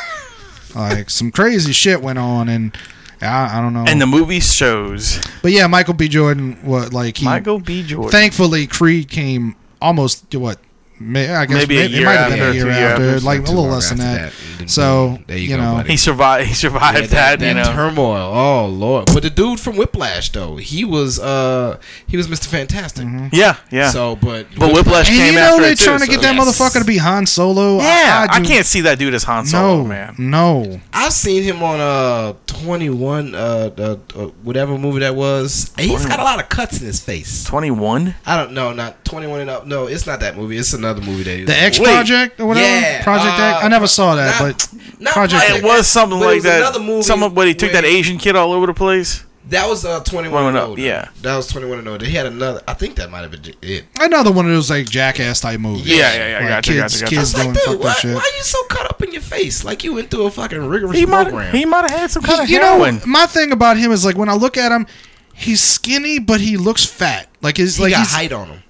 S7: like some crazy shit went on, and I, I don't know.
S5: and the movie shows
S7: but yeah, Michael B. Jordan, what like he
S5: Michael B. Jordan.
S7: thankfully Creed came almost what may, I guess
S5: Maybe a
S7: may-
S5: year
S7: it might have
S5: after,
S7: been a
S5: two
S7: year
S5: year
S7: after,
S5: after,
S7: like
S6: not
S7: a
S6: too
S7: little
S6: long
S7: less than
S6: after
S7: that.
S6: that. Then
S7: So
S6: boom, there you
S7: you
S6: go,
S7: know,
S6: buddy.
S5: he survived. He survived
S6: Yeah,
S5: that,
S6: that, that
S5: You know,
S6: turmoil. Oh lord! But the dude from Whiplash though, he was uh he was Mr. Fantastic.
S7: Mm-hmm.
S5: yeah, yeah.
S6: So, but
S5: but Whiplash
S7: and
S5: came
S7: you know
S5: after
S7: they're
S5: it too,
S7: trying to get
S5: so-
S7: that
S6: Yes.
S7: motherfucker to be Han Solo.
S5: Yeah, I,
S7: do-
S5: can't see that dude as Han Solo,
S7: No,
S5: man.
S7: no.
S6: I've seen him on uh 21 uh, uh, uh whatever movie that was. And He's got a lot of cuts in his face.
S5: Twenty one.
S6: I don't know, not 21 and up. No, it's not that movie. It's another movie that
S7: The X
S5: Wait.
S7: Project or whatever
S6: Yeah,
S7: Project X. I
S6: uh,
S7: never saw that,
S6: not-
S7: but
S6: not
S7: Project
S6: Project
S5: It
S7: X.
S5: was something
S6: But it
S5: like
S6: was another
S5: that.
S6: movie
S5: Someone, but he took
S6: where-
S5: that Asian kid all over the place.
S6: That was uh 21
S5: One
S6: and
S5: up,
S6: up.
S5: yeah.
S6: That was 21 and up. They had another. I think that might have been it.
S7: another one of those like jackass type movies.
S5: Yeah, yeah, yeah,
S7: Like,
S5: gotcha,
S7: kids,
S5: gotcha, gotcha.
S7: kids
S6: It's like,
S7: doing
S6: dude,
S7: fucked
S6: why,
S7: up shit.
S6: why are you so cut up in your face? Like you went through a fucking rigorous
S5: He might,
S6: program.
S5: he might have had some kind of
S7: you
S5: heroin.
S7: know, my thing about him is like when I look at him, he's skinny, but he looks fat. Like his
S6: he
S7: like
S6: got
S7: he's,
S6: height on him.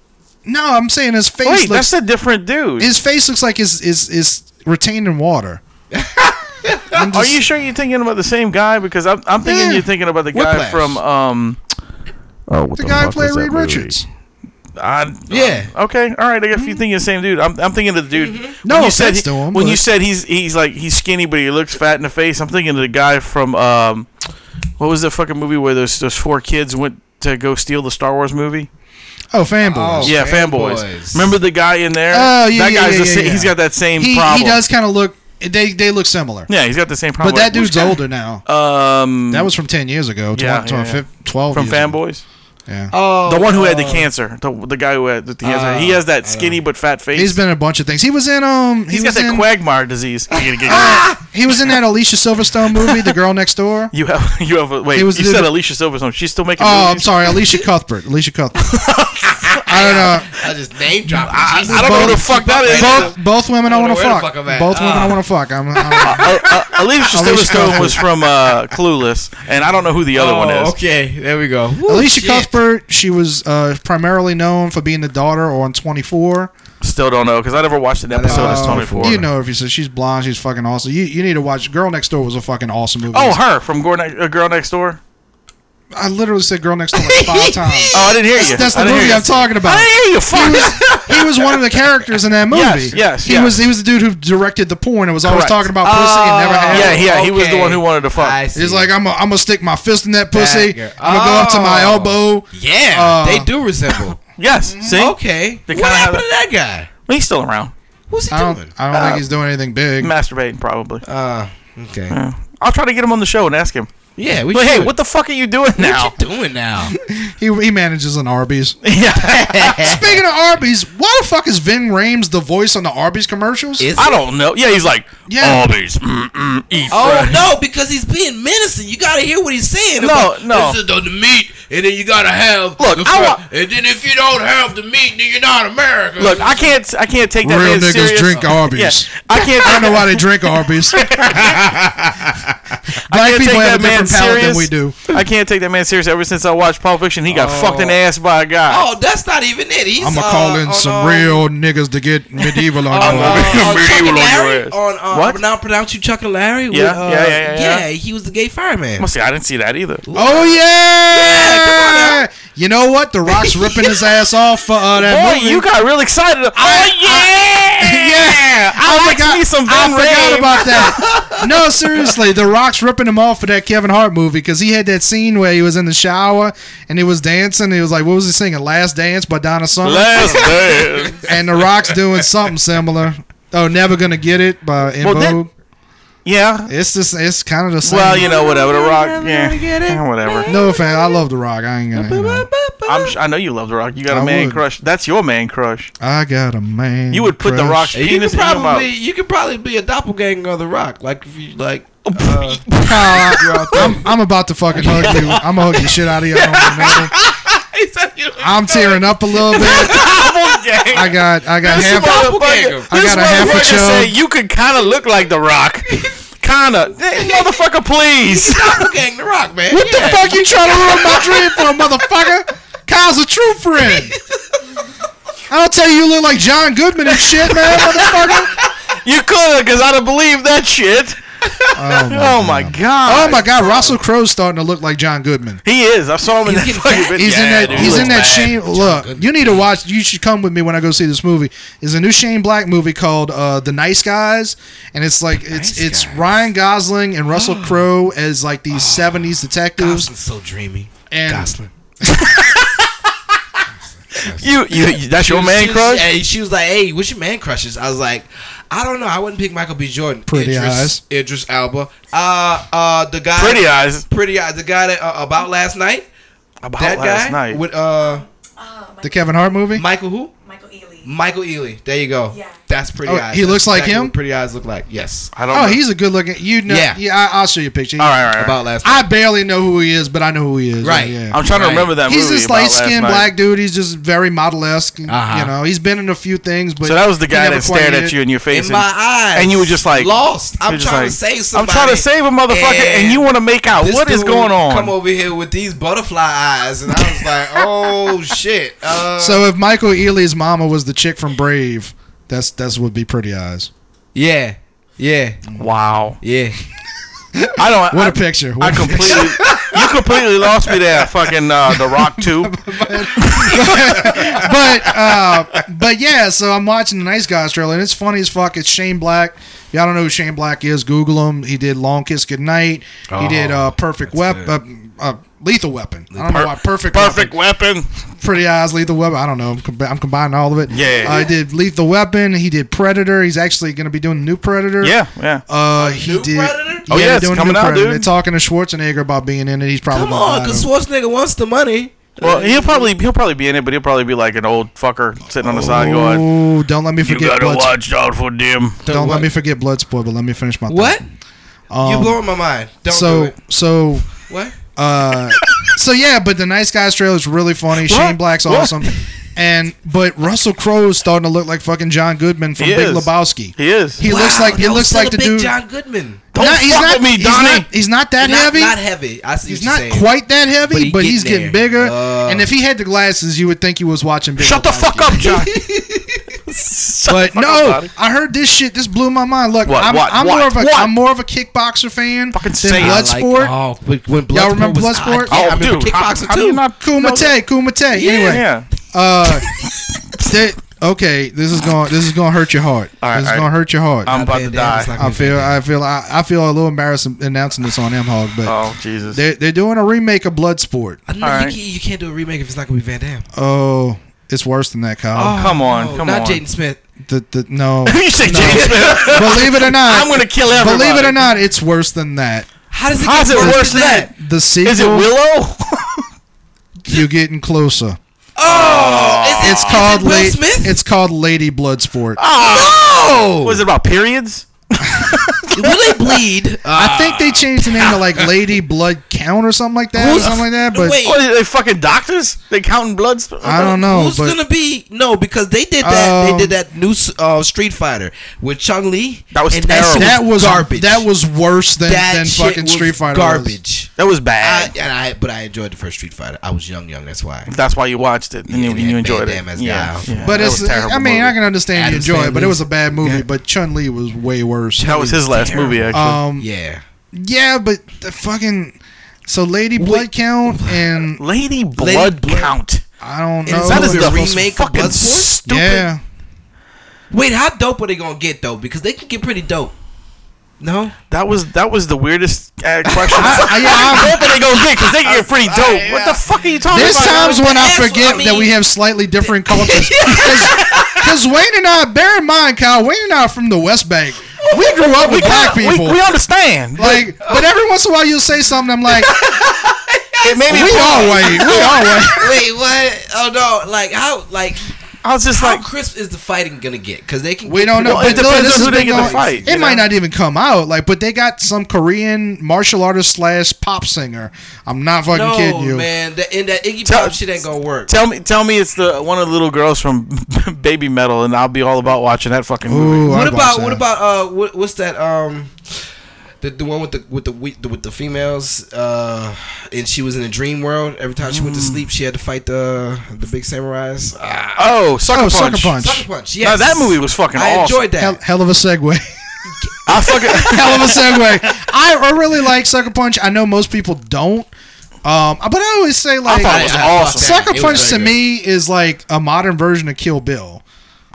S7: no, I'm saying his face
S5: Wait,
S7: looks
S5: that's a different dude.
S7: his face looks like is is is retained in water. I'm
S5: Are
S7: just-
S5: Oh, you sure you're thinking about the same guy? Because I'm, I'm thinking
S7: Yeah.
S5: you're thinking about the guy
S6: Whiplash.
S5: from um. Oh, what
S7: the guy who played Reed Richards?
S5: I,
S6: Yeah.
S5: okay, all right. I guess you think you're the same dude. I'm, I'm thinking of the dude. when
S7: No
S5: you said
S7: offense
S5: he-
S7: to him,
S5: when you
S7: but-
S5: said he's he's like he's skinny but he looks fat in the face. I'm thinking of the guy from um, what was that fucking movie where those those four kids went to go steal the Star Wars movie?
S7: Oh, fanboys.
S6: Oh,
S5: yeah, fanboys.
S6: Fanboys.
S5: Remember the guy in there?
S7: Oh, yeah,
S5: that
S7: yeah,
S5: guy's the
S7: yeah, yeah,
S5: sa-
S7: yeah.
S5: He's got that same
S7: he,
S5: problem.
S7: he does kind of look They they look similar.
S5: Yeah, he's got the same problem.
S7: But that
S5: Which
S7: dude's
S5: guy?
S7: older now.
S5: Um,
S7: That was from ten years ago.
S5: Yeah,
S7: 12, 12,
S5: yeah, yeah.
S7: 12
S5: from
S7: years ago.
S5: Fanboys.
S7: Yeah.
S6: Oh,
S5: the one who
S7: uh,
S5: had the cancer. The, the guy who had the cancer. he has that skinny but fat face.
S7: He's been in a bunch of things. He was in um. He
S5: He's got
S7: was
S5: that
S7: in, Ah,
S5: quagmire disease. You're gonna get-
S7: He was in that Alicia Silverstone movie, The Girl Next Door.
S5: you have you have a, wait.
S7: He was
S5: you
S7: the-
S5: said Alicia Silverstone. She's still making.
S7: Oh, I'm
S5: movies?
S7: sorry, Alicia Cuthbert. Alicia Cuthbert. I don't know.
S6: I just name dropped. Jesus.
S5: I don't know who the fuck that is.
S7: Both both women I
S6: I don't
S7: want
S6: know
S7: to
S6: where the
S7: fuck.
S6: fuck I'm at.
S7: Both
S5: Ah.
S7: women I want to fuck. I'm, I'm,
S5: Uh, uh, Alicia
S7: Alicia
S5: Silverstone
S7: Cuthbert.
S5: was from uh, Clueless, and I don't know who the other
S7: Oh,
S5: one is.
S6: Oh, okay. There we go.
S5: Oh,
S6: Woo,
S7: Alicia
S6: shit.
S7: Cuthbert. She was uh, primarily known for being the daughter on 24.
S5: Still don't know because I never watched an episode of
S7: Uh,
S5: Twenty Four.
S7: You know, if you said she's blonde, she's fucking awesome. You you need to watch. Girl Next Door was a fucking awesome movie.
S5: Oh, her from Girl, ne- uh, Girl Next Door.
S7: I literally said Girl Next Door like five times.
S5: Oh, I didn't hear you.
S7: That's
S5: I
S7: the
S5: didn't hear
S7: movie
S5: you.
S7: I'm talking about.
S5: I didn't hear you. Fuck.
S7: he was one of the characters in that movie.
S5: Yes, yes,
S7: he
S5: yes.
S7: was. He was the dude who directed the porn and was always
S5: Correct.
S7: talking about pussy and never had.
S5: yeah,
S7: it.
S5: he, yeah, he was the
S6: Okay.
S5: one who wanted to fuck.
S6: I see.
S7: He's like, I'm gonna I'm stick my fist in that pussy.
S6: girl.
S7: I'm gonna go up to my
S6: Oh.
S7: elbow.
S6: yeah,
S7: uh,
S6: they do resemble.
S5: Yes, see,
S6: okay.
S5: They
S6: What
S5: kinda have
S6: happened to that guy?
S5: he's still around,
S6: What's he
S7: I don't.
S6: doing?
S7: I don't
S5: Uh,
S7: think he's doing anything big.
S5: masturbating probably.
S6: Uh, okay.
S5: I'll try to get him on the show and ask him.
S6: yeah. We
S5: But hey,
S6: should.
S5: what the fuck are you doing now?
S6: What you doing now?
S7: He, he manages an Arby's.
S5: yeah,
S7: Speaking of Arby's, why the fuck is Vin Rames the voice on the Arby's commercials?
S6: Is
S5: I don't know. Yeah, he's like
S7: Yeah.
S5: always. Mm, mm, eat
S6: Oh
S5: fresh."
S6: no, because he's being menacing. You gotta hear what he's saying.
S5: No,
S6: about,
S5: no.
S6: This is the, the meat, and then you gotta have
S5: Look,
S6: the
S5: I
S6: fr-
S5: wa-
S6: and then if you don't have the meat, then you're not American.
S5: Look, I can't. I can't take that.
S7: Real
S5: man
S7: niggas
S5: serious.
S7: drink Arby's.
S5: Yeah, I can't.
S7: I don't know why they drink Arby's. Black
S5: can't
S7: people
S5: take
S7: have
S5: that
S7: a
S5: man
S7: different palate than
S5: serious.
S7: we do. Oh.
S5: I can't take that man serious. Ever since I watched Pulp Fiction, he got fucked in the ass by a guy.
S6: oh, that's not even it. He's
S7: I'm gonna
S6: uh,
S7: call in
S6: on,
S7: some
S6: uh,
S7: real niggas to get medieval on you.
S6: Uh,
S7: Arby's.
S6: on Chuck
S5: Medieval
S6: and
S5: on your
S6: Larry,
S5: ass.
S6: on uh,
S5: What?
S6: now pronounce you Chuck and Larry. with,
S5: Yeah,
S6: uh,
S5: yeah, yeah, yeah, yeah.
S6: He was the gay fireman.
S5: Well, see, I didn't see that either.
S7: Oh yeah!
S6: Yeah, come on now.
S7: you know what? The Rock's ripping his ass off for uh, that
S5: Boy,
S7: movie.
S5: you got real excited. oh yeah, yeah. I, like
S7: forgot-
S5: me some Vin
S7: I forgot
S5: Rames.
S7: about that. No, seriously, The Rock's ripping him off for that Kevin Hart movie because he had that scene where he was in the shower and he was dancing. he was like, "What was he singing? Last Dance by Donna Summer."
S5: Last Dance.
S7: and The Rock's doing something similar. Oh, never gonna get it by In
S5: Well, that-
S7: Vogue.
S5: Yeah.
S7: It's just, it's kind of the same.
S5: Well, you know, whatever. The Rock. Yeah. yeah whatever.
S7: no offense, I love The Rock. I ain't gonna. you know.
S5: I'm, sh- I know you love The Rock. You got a
S7: I
S5: man
S7: would.
S5: crush. That's your man crush.
S7: I got a man.
S5: You would put The
S7: crush.
S5: Rock's
S6: You
S5: penis
S6: could
S5: in your mouth.
S6: probably you could probably be a doppelganger of the Rock. Like if you like. uh,
S7: I'm, I'm about to fucking hug you. I'm gonna hug the shit out of you. I don't remember.
S6: he said you-
S7: I'm tearing up a little bit.
S5: Doppelganger.
S7: I got I got
S5: This
S7: half.
S5: motherfucker,
S7: I
S5: this
S7: got a half a
S5: motherfucker
S7: chub.
S5: said you could kind of look like The Rock. Kinda. Hey, motherfucker, please.
S6: doppelganger the Rock, man.
S7: What the fuck you trying to ruin my dream for, motherfucker? Kyle's a true friend. I'll tell you, you look like John Goodman and shit, man, motherfucker.
S5: You coulda, cause I'd have believed that shit.
S7: Oh my,
S5: Oh my god.
S7: oh my God, Russell Crowe's starting to look like John Goodman.
S5: He is. I saw him in that
S6: getting
S5: fucking
S6: fat.
S5: video.
S7: He's in
S5: Yeah,
S7: that.
S5: dude, he
S7: he's in
S5: looks
S7: that
S5: bad.
S7: Shane. Look, you need to watch. You should come with me when I go see this movie. Is a new Shane Black movie called uh, "The Nice Guys," and it's like it's it's Ryan Gosling and Russell Crowe as like
S5: Oh,
S7: these '70s detectives.
S6: Gosling's so dreamy.
S7: And
S6: Gosling.
S5: You, you, you- that's your
S6: She was-
S5: man
S6: she was-
S5: crush?
S6: and she was like, "Hey, what's your man crushes?" I was like, "I don't know. I wouldn't pick Michael B. Jordan.
S7: Pretty
S6: Idris,
S7: Eyes.
S6: Idris Alba. Uh, uh, the guy.
S5: Pretty eyes.
S6: Pretty eyes. The guy that uh, about last night.
S5: About
S6: That
S5: last
S6: guy
S5: night.
S6: with uh
S7: the Kevin Hart movie.
S6: Michael who?
S9: Michael Ealy.
S6: Michael Ely. There you go.
S9: Yeah.
S6: That's pretty
S7: Oh,
S6: eyes.
S7: he
S6: That's
S7: looks like him?
S6: what pretty eyes look like. Yes.
S5: I don't
S7: Oh,
S5: know.
S7: he's a good looking. You know, yeah,
S6: Yeah.
S7: I, I'll show you a picture.
S5: all right, all right. All right.
S6: About last night.
S7: I barely know who he is, but I know who he is.
S6: Right.
S7: Yeah.
S5: I'm trying to
S6: Right.
S5: remember that
S7: He's
S5: movie.
S7: this
S5: about
S7: light
S5: last
S7: skinned
S5: night.
S7: black dude. He's just very model esque. You
S6: Uh-huh.
S7: know, he's been in a few things, but
S5: So that was the guy
S7: he never
S5: that
S7: quite
S5: stared
S7: hit
S5: at
S7: it.
S5: you in your face.
S6: in my eyes.
S5: and you were just like-
S6: lost. I'm
S5: you're just
S6: trying to
S5: like,
S6: save somebody.
S5: I'm trying to save a motherfucker, and, you want to make out.
S6: this
S5: What is
S6: dude
S5: going on?
S6: Come over here with these butterfly eyes, and I was like, "Oh shit!" Uh,
S7: So if Michael Ealy's mama was the chick from Brave, that's that's would be Pretty Eyes.
S6: yeah, yeah,
S5: Wow.
S6: yeah.
S5: I don't. I,
S7: What a picture!
S5: I
S7: What a picture.
S5: completely. you completely lost me there. Fucking uh, the Rock too.
S7: but uh, but yeah, so I'm watching the Nice Guys trailer, and it's funny as fuck. It's Shane Black. If
S5: Oh,
S7: y'all don't know who Shane Black is, Google him. He did Long Kiss Goodnight. he did uh, Perfect Weapon. Uh, uh, Lethal Weapon. I don't know why Perfect
S5: Perfect weapon.
S7: Pretty Eyes, Lethal Weapon. I don't know. I'm, com- I'm combining all of it.
S5: Yeah.
S7: I did Lethal Weapon. He did Predator. He's actually going to be doing new Predator.
S5: Yeah, yeah.
S7: Uh, he
S6: New
S7: did.
S6: Predator?
S5: Oh, yeah,
S7: they're
S5: it's
S7: doing
S5: coming
S7: new
S5: out,
S7: Predator.
S5: dude.
S7: They're talking to Schwarzenegger about being in it. He's probably
S6: Come on,
S7: gonna
S6: because
S7: buy
S6: Schwarzenegger wants the money.
S5: Well, he'll probably he'll probably be in it, but he'll probably be like an old fucker sitting on the side
S7: it.
S5: going,
S7: Oh, don't let me forget Bloodsport.
S5: out for them."
S7: Don't let
S6: what?
S7: me forget Bloodsport, but let me finish my thought.
S6: What? you
S7: Um,
S6: blowing my mind. Don't do
S7: so
S6: it.
S7: so
S6: What?
S7: uh so yeah, but the Nice Guys trailer is really funny. Shane Black's awesome, and but Russell Crowe is starting to look like fucking John Goodman from
S5: He
S7: Big
S5: is.
S7: Lebowski.
S5: He is.
S7: He looks like it
S6: that was
S7: looks
S6: still
S7: like
S6: a
S7: the
S6: big
S7: dude.
S6: John Goodman.
S5: Don't
S7: Nah,
S5: fuck with me,
S7: he's
S5: Donnie.
S7: not- He's not that
S6: not,
S7: heavy.
S6: Not heavy. I see
S7: He's
S6: what
S7: not
S6: you're saying.
S7: quite that heavy,
S6: But
S7: but,
S6: he
S7: he's getting
S6: getting there.
S7: bigger.
S6: Uh.
S7: and if he had the glasses, you would think he was watching. Big
S5: Shut the
S7: Lebowski.
S5: fuck up, John.
S7: But no,
S5: Donnie.
S7: I heard this shit. This blew my mind. Look,
S5: What,
S7: I'm,
S5: what,
S7: I'm
S5: what,
S7: more of a
S5: what?
S7: am more of a kickboxer fan
S5: Fucking say it.
S7: than
S6: I
S7: Bloodsport.
S6: Like, oh, but when Bloodsport
S7: Y'all remember
S6: was- I-
S7: Bloodsport?
S6: yeah, I
S5: Oh,
S6: remember
S5: dude, how-
S6: Kickboxer
S5: how do you
S6: too.
S5: not know that?
S7: Kumite, Kumite. anyway,
S5: Yeah.
S7: uh, they- okay, this is going this is going to hurt your heart.
S5: All right,
S7: this is
S5: all right.
S7: going to hurt your heart.
S5: I'm
S7: i
S5: about
S6: Yeah,
S5: to
S6: damn, it's
S5: die.
S6: not gonna be
S7: feel
S6: bad.
S7: I feel I, I feel a little embarrassed announcing this on M Hog, but
S5: Oh Jesus.
S7: they're they're doing a remake of Bloodsport.
S6: I know
S5: All
S6: you,
S5: right.
S6: can't, you can't do a remake if it's not gonna be Van Damme.
S7: Oh, it's worse than that, Kyle.
S5: Oh, come on,
S6: No,
S5: come
S6: not
S5: on.
S6: Jaden Smith.
S5: Oh.
S7: The, the, no,
S5: you say James Smith?
S7: believe it or not,
S5: I'm gonna kill everybody.
S7: believe it or not, it's worse than that.
S6: How does it
S5: How's
S6: get
S5: it
S6: worse,
S5: worse than that?
S7: The sequel,
S5: Is it Willow?
S7: you're getting closer.
S6: Is it-
S7: It's called
S6: Will
S7: La-
S6: Smith?
S7: It's called Lady Bloodsport.
S5: Oh. Was it about periods?
S6: Will they bleed?
S7: I think they changed the name to like Lady Blood Count or something like that, or
S6: Who's-
S7: something like that. But
S6: Wait.
S5: What are they fucking doctors? They counting blood? sp-
S7: I don't know.
S6: Who's
S7: but
S6: gonna be no? Because they did that.
S7: Um,
S6: they did that new s- uh, Street Fighter with Chung Li.
S5: That was
S6: and
S5: terrible.
S6: shit
S7: that was
S6: garbage.
S7: That was worse than,
S6: That
S7: than
S6: shit
S7: fucking
S6: was
S7: Street Fighter. was.
S6: Garbage.
S5: That was
S6: I,
S5: bad.
S6: and I, but I enjoyed the first Street Fighter. I was young, young. That's why.
S5: That's why you watched it and
S6: Yeah,
S5: you,
S6: they
S5: and you
S6: had
S5: enjoyed
S6: Van
S5: it.
S6: Damme as
S5: Yeah,
S6: Gal.
S5: yeah.
S7: But
S5: That
S7: it's.
S5: was a terrible
S7: I mean, I
S5: movie.
S7: can understand you
S6: Addams
S7: enjoy it, but it
S6: Family.
S7: was a bad movie.
S6: Yeah.
S7: But Chun Li was way worse.
S5: that was his last movie actually.
S7: Um. Yeah.
S6: Yeah.
S7: but the fucking. So Lady Blood Count and
S5: Lady Blood
S6: Blood-
S5: Count.
S7: I don't
S6: And
S7: know.
S6: it's
S5: That
S6: Oh,
S5: is
S6: the
S5: the
S6: remake
S5: remake
S6: of
S5: fucking
S6: Bloodsport?
S5: stupid.
S7: yeah.
S6: Wait, how dope are they gonna get though? Because they can get pretty dope. No.
S5: That was that was the weirdest uh, question.
S7: I- yeah, I'm-
S5: I hope that they go get because they can get pretty dope. What the fuck are you talking
S7: There's
S5: about?
S7: times when I
S6: That's what
S7: forget
S6: I
S7: that we
S6: mean.
S7: have slightly different cultures. Because Wayne and I, bear in mind, Kyle, Wayne and I are from the West Bank. We grew up with black
S5: kinda-
S7: people.
S5: We, we understand.
S7: like, but every once in a while you'll say something, I'm like,
S5: It made me.
S7: we are white. We are white.
S6: Wait, what? Oh no! Like how? Like
S5: I was just
S6: how
S5: like,
S6: crisp is the fighting gonna get? Because they can.
S7: We don't know.
S5: Well,
S7: but
S5: it depends
S7: look, this
S5: on
S7: has
S5: who they
S7: been
S5: get to
S7: going-
S5: fight,
S7: It
S5: you
S7: might
S5: know?
S7: not even come out. Like, but they got some Korean martial artist slash pop singer. I'm not fucking
S6: No,
S7: kidding you.
S6: man. That and that Iggy
S5: Tell-
S6: Pop shit ain't gonna work.
S5: tell me, tell me, it's the one of the little girls from Baby Metal, and I'll be all about watching that fucking movie.
S7: Ooh,
S6: what
S7: I'd watch
S6: about what
S7: that.
S6: about uh what, what's that um the, the one with the with the we- the- with the females uh and she was in a dream world. Every time she went
S7: Mm.
S6: to sleep, she had to fight the the big samurais. Ah,
S5: Oh, sucker
S7: Oh,
S5: punch.
S7: Sucker Punch.
S6: Sucker Punch.
S5: Now,
S6: Yes,
S5: that movie was fucking
S6: I
S5: awesome.
S6: enjoyed that.
S7: Hell, hell of a segue.
S5: I fucking.
S7: hell of a segue. I, I really like Sucker Punch. I know most people don't. Um, but I always say like
S5: thought it was awesome.
S7: Sucker
S6: It was
S7: Punch to
S6: very good.
S7: me is like a modern version of Kill Bill.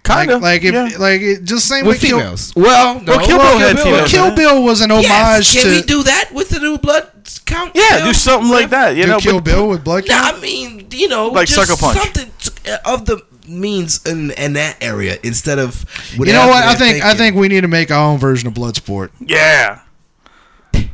S7: Like,
S5: Kind of
S7: like if
S5: yeah.
S7: like it just same
S6: with
S7: with Kill,
S6: females. well, no,
S5: Kill Bill had
S7: Kill,
S5: females.
S7: Kill Bill was an homage
S6: Yes, can
S7: to
S6: we do that with the new blood count?
S5: yeah, do
S6: film?
S5: something like that. You
S7: do
S5: know,
S7: Kill
S5: but-
S7: Bill with Blood
S6: No,
S7: Count.
S6: I mean, you know,
S5: Like
S6: just
S5: Sucker Punch.
S6: something t- of the means in, in that area instead of.
S7: You know what? I think I think we need to make our own version of Bloodsport.
S5: yeah.
S7: We-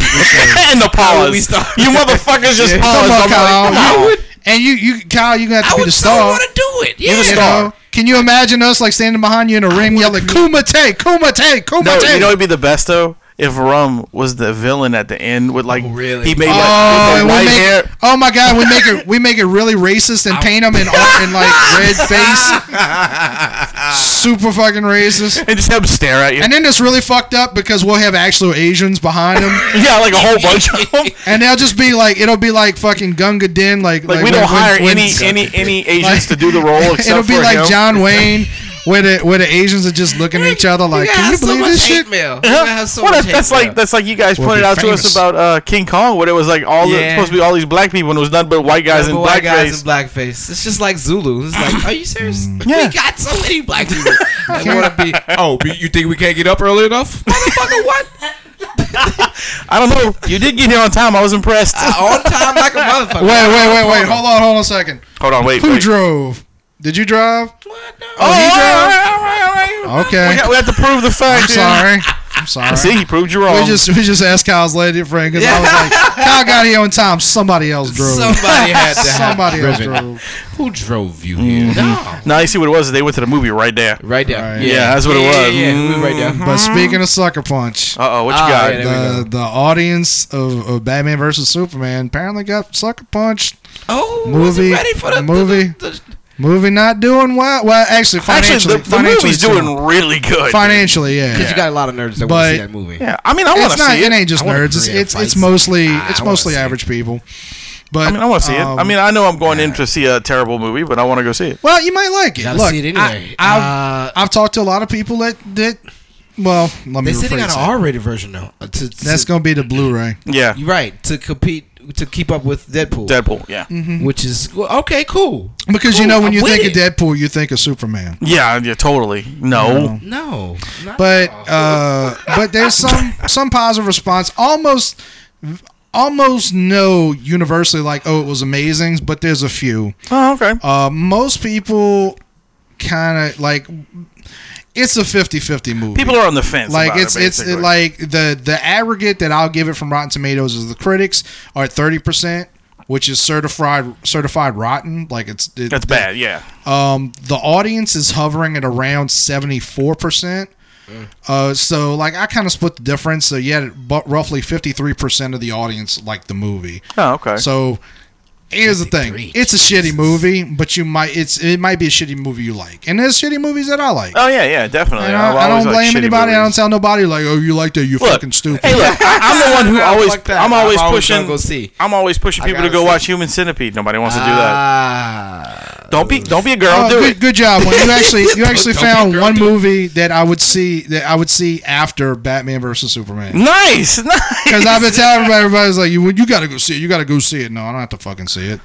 S7: should.
S5: and the pause.
S6: we start?
S5: You motherfuckers just paused.
S7: come on,
S5: I'm
S7: Kyle.
S5: like, come
S7: You-
S5: on.
S7: and you, you, Kyle, you got to
S6: I
S7: be
S6: would
S7: the
S6: still
S7: star.
S6: want to do it.
S5: the
S6: Yeah,
S5: star.
S7: You know? Can you imagine us like standing behind you in a ring yelling "Kumite, Kumite, Kumite"?
S5: No, you know it'd be the best though if Rum was the villain at the end with like
S6: Oh, really?
S5: he made like
S7: Oh,
S5: with
S7: and
S5: the
S7: we
S5: white
S7: make,
S5: hair.
S7: oh my God, we make it we make it really racist and paint them in all- in like red face, super fucking racist.
S5: And just have him stare at you.
S7: And then it's really fucked up because we'll have actual Asians behind them,
S5: yeah, like a whole bunch of them.
S7: and they'll just be like, it'll be like fucking Gunga Din, like
S5: Like, we
S7: when-
S5: don't
S7: when-
S5: hire
S7: when-
S5: any any any Asians to do the role except
S7: It'll be
S5: for
S7: like
S5: him.
S7: John Wayne where the where the Asians are just looking at each other like,
S6: I
S7: can you
S6: have so
S7: believe
S6: much
S7: this
S6: hate
S7: shit?
S6: Mail.
S5: Huh?
S6: I have so
S5: Well,
S6: much
S5: Uh-huh. that's, that's
S6: hate
S5: like
S6: mail.
S5: that's like you guys
S7: We'll
S5: pointed
S7: be
S5: out to us
S7: famous.
S5: about uh, King Kong, where it was like all the,
S6: Yeah.
S5: supposed to be all these black people, and it was nothing but white guys
S6: Guys
S5: in
S6: black guys
S5: blackface.
S6: in blackface. It's just like Zulu. It's like, are you serious?
S7: Mm.
S5: Yeah.
S6: We got so many black people that want to be. Oh, but you think we can't get up early enough? Motherfucker, what?
S5: I don't know. You did get here on time. I was impressed.
S6: On time like a motherfucker.
S7: Wait, wait, wait, wait. Hold on, hold on a second.
S5: Hold on, wait.
S7: Who
S5: wait.
S7: drove? Did you drive?
S6: What? No.
S5: Oh, all right, all right, all right, all right.
S7: Okay.
S5: We, got, we have to prove the
S7: I'm
S5: fact. yeah.
S7: sorry. I'm sorry.
S5: See, he proved you
S7: We
S5: wrong.
S7: just we just asked Kyle's lady friend because I was like, Kyle got here on time. Somebody else drove.
S6: Somebody had to have.
S7: Somebody else
S6: driven.
S7: drove.
S6: Who drove you here?
S7: Mm-hmm.
S6: No.
S5: now you see what it was. They went to the movie right there.
S6: Right there.
S7: Right.
S5: Yeah, that's what it
S6: Yeah,
S5: was.
S6: yeah, yeah. We were right there.
S5: Mm. Uh-huh.
S7: But speaking of sucker punch,
S5: Uh oh, what you
S6: Ah,
S5: got?
S6: yeah, there we go.
S7: the the audience of, of Batman versus Superman apparently got sucker punched.
S6: Oh,
S7: Movie-
S6: wasn't ready for the
S7: movie.
S6: The, the,
S7: Movie not doing well. Well, actually,
S5: Actually,
S7: financially,
S5: the, the
S7: financially
S5: movie's
S7: too.
S5: doing really good.
S7: financially, yeah.
S6: You got a lot of nerds that
S7: But-
S6: want to see that movie.
S5: Yeah, I mean, I want
S7: It's
S5: to
S7: not.
S5: see
S7: It
S5: it.
S7: ain't just
S6: I wanna
S7: nerds. It's
S6: Korean
S7: it's, it's
S6: fights.
S7: mostly
S6: Ah,
S7: it's
S6: I wanna
S7: mostly
S6: see it.
S7: average people. But
S5: I mean, I want to see
S7: um,
S5: it. I mean, I know I'm going in to see a terrible movie, but I want to go see it.
S7: Well, you might like it.
S6: Gotta
S7: Look,
S6: see it anyway.
S7: I, have
S6: Uh,
S7: I've talked to a lot of people that that. Well, let me
S6: They said they
S7: rephrase
S6: got an
S7: that.
S6: R-rated version though. Uh, to- to-
S7: That's gonna be the Blu-ray.
S5: Yeah,
S6: You're right to compete to keep up with Deadpool,
S5: Deadpool. Yeah,
S7: Mm-hmm.
S6: which is well, okay, cool.
S7: Because you
S6: Cool,
S7: know when
S6: I'm
S7: you
S6: with
S7: think
S6: it.
S7: of Deadpool, you think of Superman.
S5: yeah, yeah. Totally. No.
S6: No, not-
S7: But uh, but there's some some positive response. Almost almost no universally like oh it was amazing, but there's a few.
S5: Oh, okay.
S7: Uh, most people kind of like it's a 50-50 movie.
S5: People are on the fence.
S7: like
S5: about it,
S7: it's it's
S5: basically.
S7: like the the aggregate that I'll give it from Rotten Tomatoes is the critics are at thirty percent, which is certified certified rotten. Like it's it,
S5: that's bad. Yeah.
S7: Um, the audience is hovering at around seventy four percent.
S5: Mm.
S7: Uh, so like I kind of split the difference. So yeah, but roughly fifty three percent of the audience liked the movie.
S5: Oh, okay.
S7: So here's the thing:
S6: 53,
S7: it's a shitty movie, but you might it's it might be a shitty movie you like, and there's shitty movies that I like.
S5: oh yeah, yeah, definitely.
S7: And I,
S5: I've
S7: I
S5: always
S7: don't
S5: liked
S7: blame
S5: shitty
S7: anybody. I don't
S5: movies.
S7: tell nobody like, oh, you like that? You
S5: Look,
S7: fucking stupid.
S5: Hey, look, I, I'm the one who
S6: Nah,
S5: always,
S6: fuck that.
S5: I'm always
S6: I'm always
S5: pushing,
S6: gonna go see.
S5: I'm always pushing people to
S6: gotta
S5: go
S6: see.
S5: watch Human Centipede. Nobody wants to do that.
S6: Ah.
S5: Don't be, don't be a girl.
S7: Oh,
S5: do
S7: good,
S5: it.
S7: good job. When you actually you actually found one movie that I would see that I would see after Batman versus Superman.
S5: Nice, nice.
S7: Because I've been telling everybody, everybody's like, you you gotta go see it. You gotta go see it. No, I don't have to fucking see it.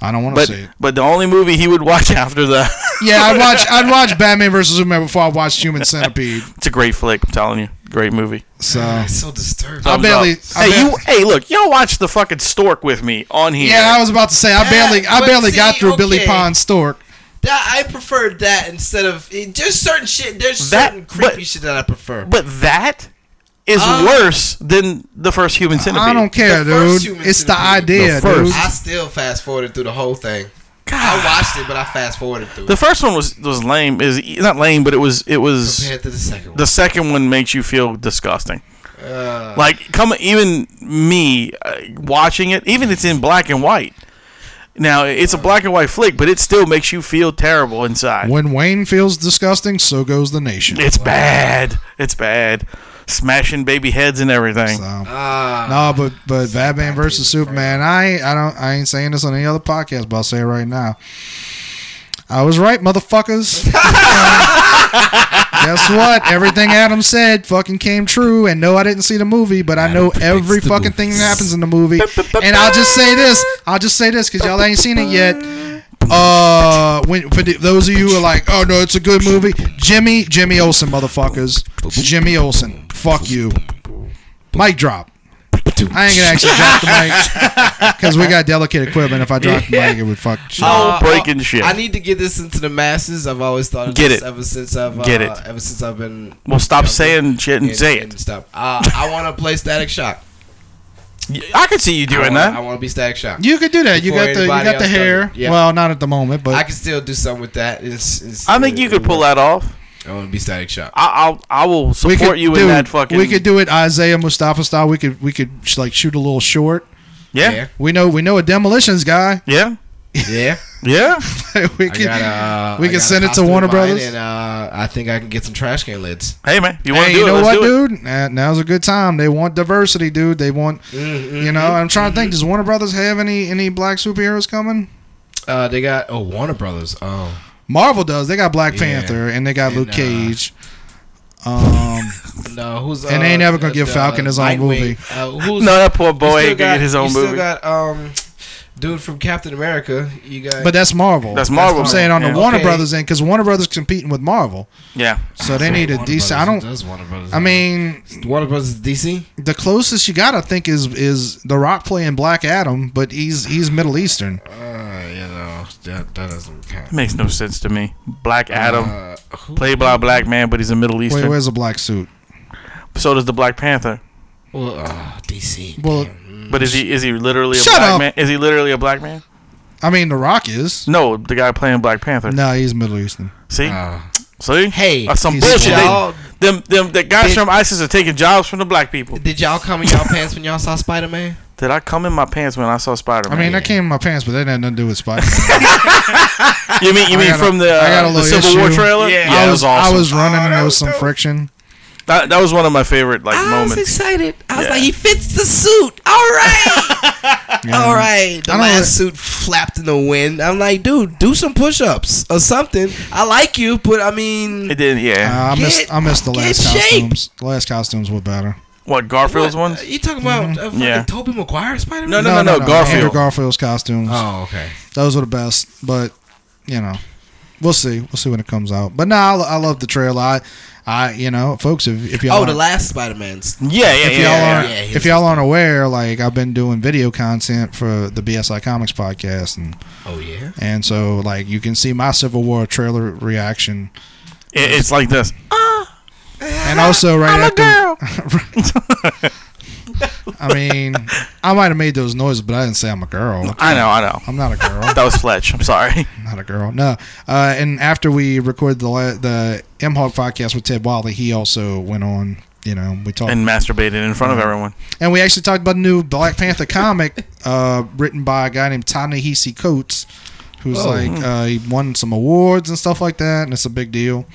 S7: I don't want to
S5: But,
S7: see it.
S5: but the only movie he would watch after that.
S7: Yeah, I'd watch I'd watch Batman versus Superman before I watched Human Centipede.
S5: it's a great flick. I'm telling you, great movie.
S7: So
S6: It's so disturbing.
S7: I
S5: Thumbs
S7: barely.
S5: up.
S7: I
S5: hey,
S7: bar-
S5: you. Hey, look, y'all watch the fucking Stork with me on here.
S7: Yeah, I was about to say I barely I
S6: but
S7: barely
S6: see,
S7: got through Billy
S6: okay.
S7: Pond Stork.
S6: That, I prefer that instead of it, just certain shit. There's
S5: That-
S6: certain creepy
S5: but-
S6: shit that I prefer.
S5: but that is
S6: Uh,
S5: worse than the first Human Centipede.
S7: I don't care,
S6: The first
S7: dude.
S6: Human
S7: It's the
S6: Centipede.
S7: idea,
S5: The first.
S7: dude.
S6: I still fast forwarded through the whole thing. I watched it, but I fast forwarded through.
S5: The
S6: it
S5: first one was was lame. Is not lame, but it was it was
S6: compared to the second one.
S5: the second one makes you feel disgusting.
S6: Uh,
S5: Like come even me uh, watching it, even it's in black and white. Now it's a black and white flick, but it still makes you feel terrible inside.
S7: When Wayne feels disgusting, so goes the nation.
S5: It's bad. It's bad. Smashing baby heads and everything.
S7: So.
S6: uh,
S7: No, but but Batman versus Superman. I ain't- I don't I ain't saying this on any other podcast, but I'll say it right now. I was right, motherfuckers. Guess what? Everything Adam said fucking came true. And no, I didn't see the movie, but I know every fucking thing that happens in the movie. And I'll just say this. I'll just say this because y'all ain't seen it yet. Uh, when for the, those of you who are like, oh no, it's a good movie. Jimmy, Jimmy Olsen, motherfuckers. Jimmy Olsen, fuck you. Mic drop. I ain't gonna actually drop the mic because we got delicate equipment. If I dropped the mic, it would fuck shit.
S5: Soul
S7: up.
S6: Uh,
S5: breaking shit.
S6: I need to get this into the masses. I've always thought of
S5: Get
S6: this
S5: it.
S6: ever since I've uh,
S5: Get it.
S6: ever since I've been
S5: well, stop saying shit and,
S6: and-
S5: say
S6: and
S5: it.
S6: Stop. Uh, I want to play Static Shock.
S5: I could see you doing
S10: Oh,
S6: I wanna,
S5: that.
S6: I want to be Static Shock.
S7: You could do that. You
S6: Before
S7: got the you
S6: anybody
S7: got the
S6: else
S7: hair.
S6: does it. Yeah.
S7: Well, not at the moment, but
S6: I can still do something with that. It's, it's,
S5: I think you could pull that off.
S6: I want to be Static Shock.
S5: I, I'll I will
S7: we
S5: support
S7: could
S5: you in
S7: do,
S5: that fucking.
S7: We could do it Isaiah Mustafa style. We could we could sh- like shoot a little short.
S5: yeah
S7: We know we know a demolitions guy.
S5: yeah
S6: Yeah.
S5: yeah.
S7: we
S6: I
S7: could
S6: got, uh,
S7: we
S6: I
S7: could
S6: got a
S7: send it to
S6: costume
S7: Warner
S6: of mine,
S7: Brothers.
S6: And uh, I think I can get some trash can lids.
S5: Hey man, you want to
S7: Hey,
S5: do
S7: you
S5: it?
S7: know
S5: Let's
S7: what,
S5: do it.
S7: dude? Nah, Now's a good time. They want diversity, dude. They want,
S5: Mm-hmm.
S7: you know. I'm trying to think. Does Warner Brothers have any any black superheroes coming?
S6: Uh, they got oh Warner Brothers. Oh,
S7: Marvel does. They got Black Panther and they got Luke Cage. Um,
S6: No, who's uh,
S7: And they ain't never gonna give Falcon his own
S6: Nightwing.
S7: movie.
S6: Uh, who's
S5: No, that poor
S6: you
S5: boy
S6: still
S5: ain't gonna
S6: got-
S5: get his own
S6: you
S5: movie.
S6: Still got um, dude from Captain America. You got
S7: but that's Marvel.
S5: That's
S7: what
S5: Marvel,
S7: I'm saying on
S5: yeah.
S7: the Warner
S6: Okay.
S7: Brothers end because Warner Brothers competing with Marvel,
S5: yeah,
S7: so they need a DC. I don't.
S6: Does Warner oh, Brothers?
S7: I mean,
S6: Warner Brothers is DC.
S7: the closest you got, I think, is is The Rock playing Black Adam, but he's he's Middle Eastern.
S6: Uh, you know that that doesn't count.
S5: makes no sense to me. Black Adam
S6: Uh, who-
S5: played by a black man, but he's a Middle
S7: Wait,
S5: Eastern.
S7: where's a black suit?
S5: so does the Black Panther.
S6: Well, uh, DC.
S7: Well,
S5: But is he is he literally a
S7: Mm. Shut
S5: black
S7: up.
S5: man? Is he literally a black man?
S7: I mean, The Rock is.
S5: No, the guy playing Black Panther.
S7: No, he's Middle Eastern.
S5: See,
S6: Uh,
S5: see,
S6: hey,
S5: That's some
S7: he's
S5: bullshit.
S6: y'all,
S5: They, them, them, the guys
S6: Did-
S5: from ISIS are taking jobs from the black people.
S6: did y'all come in y'all pants when y'all saw Spider Man?
S5: Did I come in my pants when I saw Spider
S7: I
S5: Man?
S7: mean, that came in my pants, but that had nothing to do with Spider. Man.
S5: you mean you
S7: I
S5: mean
S7: got a-
S5: from the,
S7: I got a
S5: uh, the
S7: little
S5: Civil War
S7: issue.
S5: trailer?
S6: Yeah.
S7: I
S5: it
S7: was, I was running, and there was some friction.
S5: That, that was one of my favorite like
S7: Ah,
S6: I was
S5: moments.
S6: excited. I was
S5: Yeah.
S6: like, he fits the suit. All right. All right. The
S7: I don't
S6: last
S7: re-
S6: suit flapped in the wind. I'm like, dude, do some push ups or something. I like you, but I mean,
S5: It didn't. Yeah.
S7: Uh, I
S6: Get-
S7: missed. I missed the
S6: get
S7: last
S6: shape.
S7: costumes. The last costumes were better.
S5: what Garfield's
S6: what-
S5: ones?
S6: You talking about uh, fucking
S5: Yeah.
S6: Toby Maguire Spider Man?
S5: No, no, no, no.
S7: Andrew
S5: Garfield.
S7: Garfield's costumes.
S6: Oh, okay.
S7: Those were the best. But you know, we'll see. We'll see when it comes out. But no, I, lo- I love the trailer. I, I, you know, folks, if, if y'all
S6: Oh, the
S7: aren't-
S6: last Spider Man's.
S5: yeah, yeah, yeah.
S7: if y'all
S5: yeah,
S7: aren't
S6: yeah, he
S7: if
S6: was-
S7: y'all aren't aware, like I've been doing video content for the BSI Comics podcast, and
S6: Oh, yeah.
S7: and so like you can see my Civil War trailer reaction,
S5: It- it's like this.
S7: and also right after. I mean, I might have made those noises, but I didn't say I'm a girl.
S5: I know, I know.
S7: I'm not a girl.
S5: That was Fletch. I'm sorry.
S7: not a girl. No. Uh, and after we recorded the la- the M Hog podcast with Ted Wiley, he also went on. You know, we talked, and,
S5: And masturbated in front of
S7: Uh-huh.
S5: everyone.
S7: we actually talked about a new Black Panther comic uh, written by a guy named Ta-Nehisi Coates, who's like uh, he won some awards and stuff like that, and it's a big deal.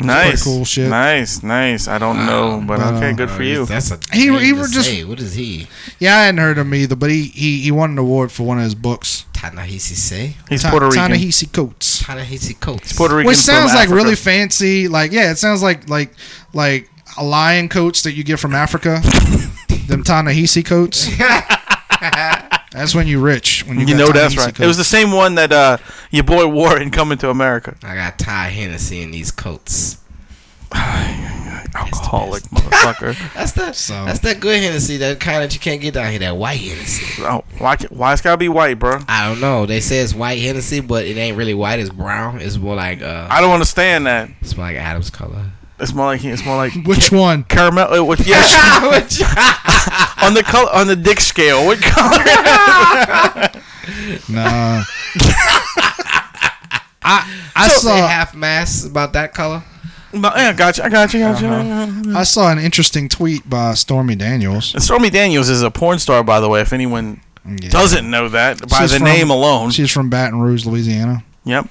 S5: Nice,
S7: cool shit.
S5: nice, nice. I don't know, but
S7: But,
S5: okay,
S7: uh,
S5: good for you.
S6: That's a.
S7: He
S6: name
S7: he
S6: to
S7: were just
S6: say. What is he?
S7: yeah, I hadn't heard of him either, but he he, he won an award for one of his books.
S6: Tanahisi Say?
S5: He's
S7: Ta-
S5: Puerto Rican. He's
S7: Ta-Nehisi Coates.
S6: Tanahisi Coates.
S5: Puerto Rican.
S7: which
S5: from
S7: sounds like
S5: Africa.
S7: really fancy. Like yeah, it sounds like like like a lion coats that you get from Africa, them Tanahisi coats. that's when you rich. When you,
S5: You
S7: got
S5: know that's
S7: Ta-Nehisi
S5: right. It was the
S7: coats.
S5: same one that uh, your boy wore in Coming to America.
S6: I got Ty Hennessy in these coats.
S5: Alcoholic motherfucker.
S6: That's that.
S7: So-
S6: That's that good Hennessy. That kind that you can't get down here. That white Hennessy.
S5: Oh, why? ca- Why it's gotta be white, bro?
S6: I don't know. They say it's white Hennessy, but it ain't really white. It's brown. It's more like uh,
S5: I don't understand that.
S6: it's more like Adam's color.
S5: It's more like it's more like
S7: Which one?
S5: caramel. Uh, what, yes, on the color on the dick scale. What color?
S7: Nah. I I
S6: Say
S7: saw
S6: half mass about that color.
S5: No, yeah, gotcha. I gotcha. Gotcha.
S7: I saw an interesting tweet by Stormy Daniels.
S5: And Stormy Daniels is a porn star, by the way. If anyone
S7: Yeah.
S5: doesn't know that by
S7: She's
S5: the
S7: from-
S5: name alone,
S7: She's from Baton Rouge, Louisiana.
S5: yep,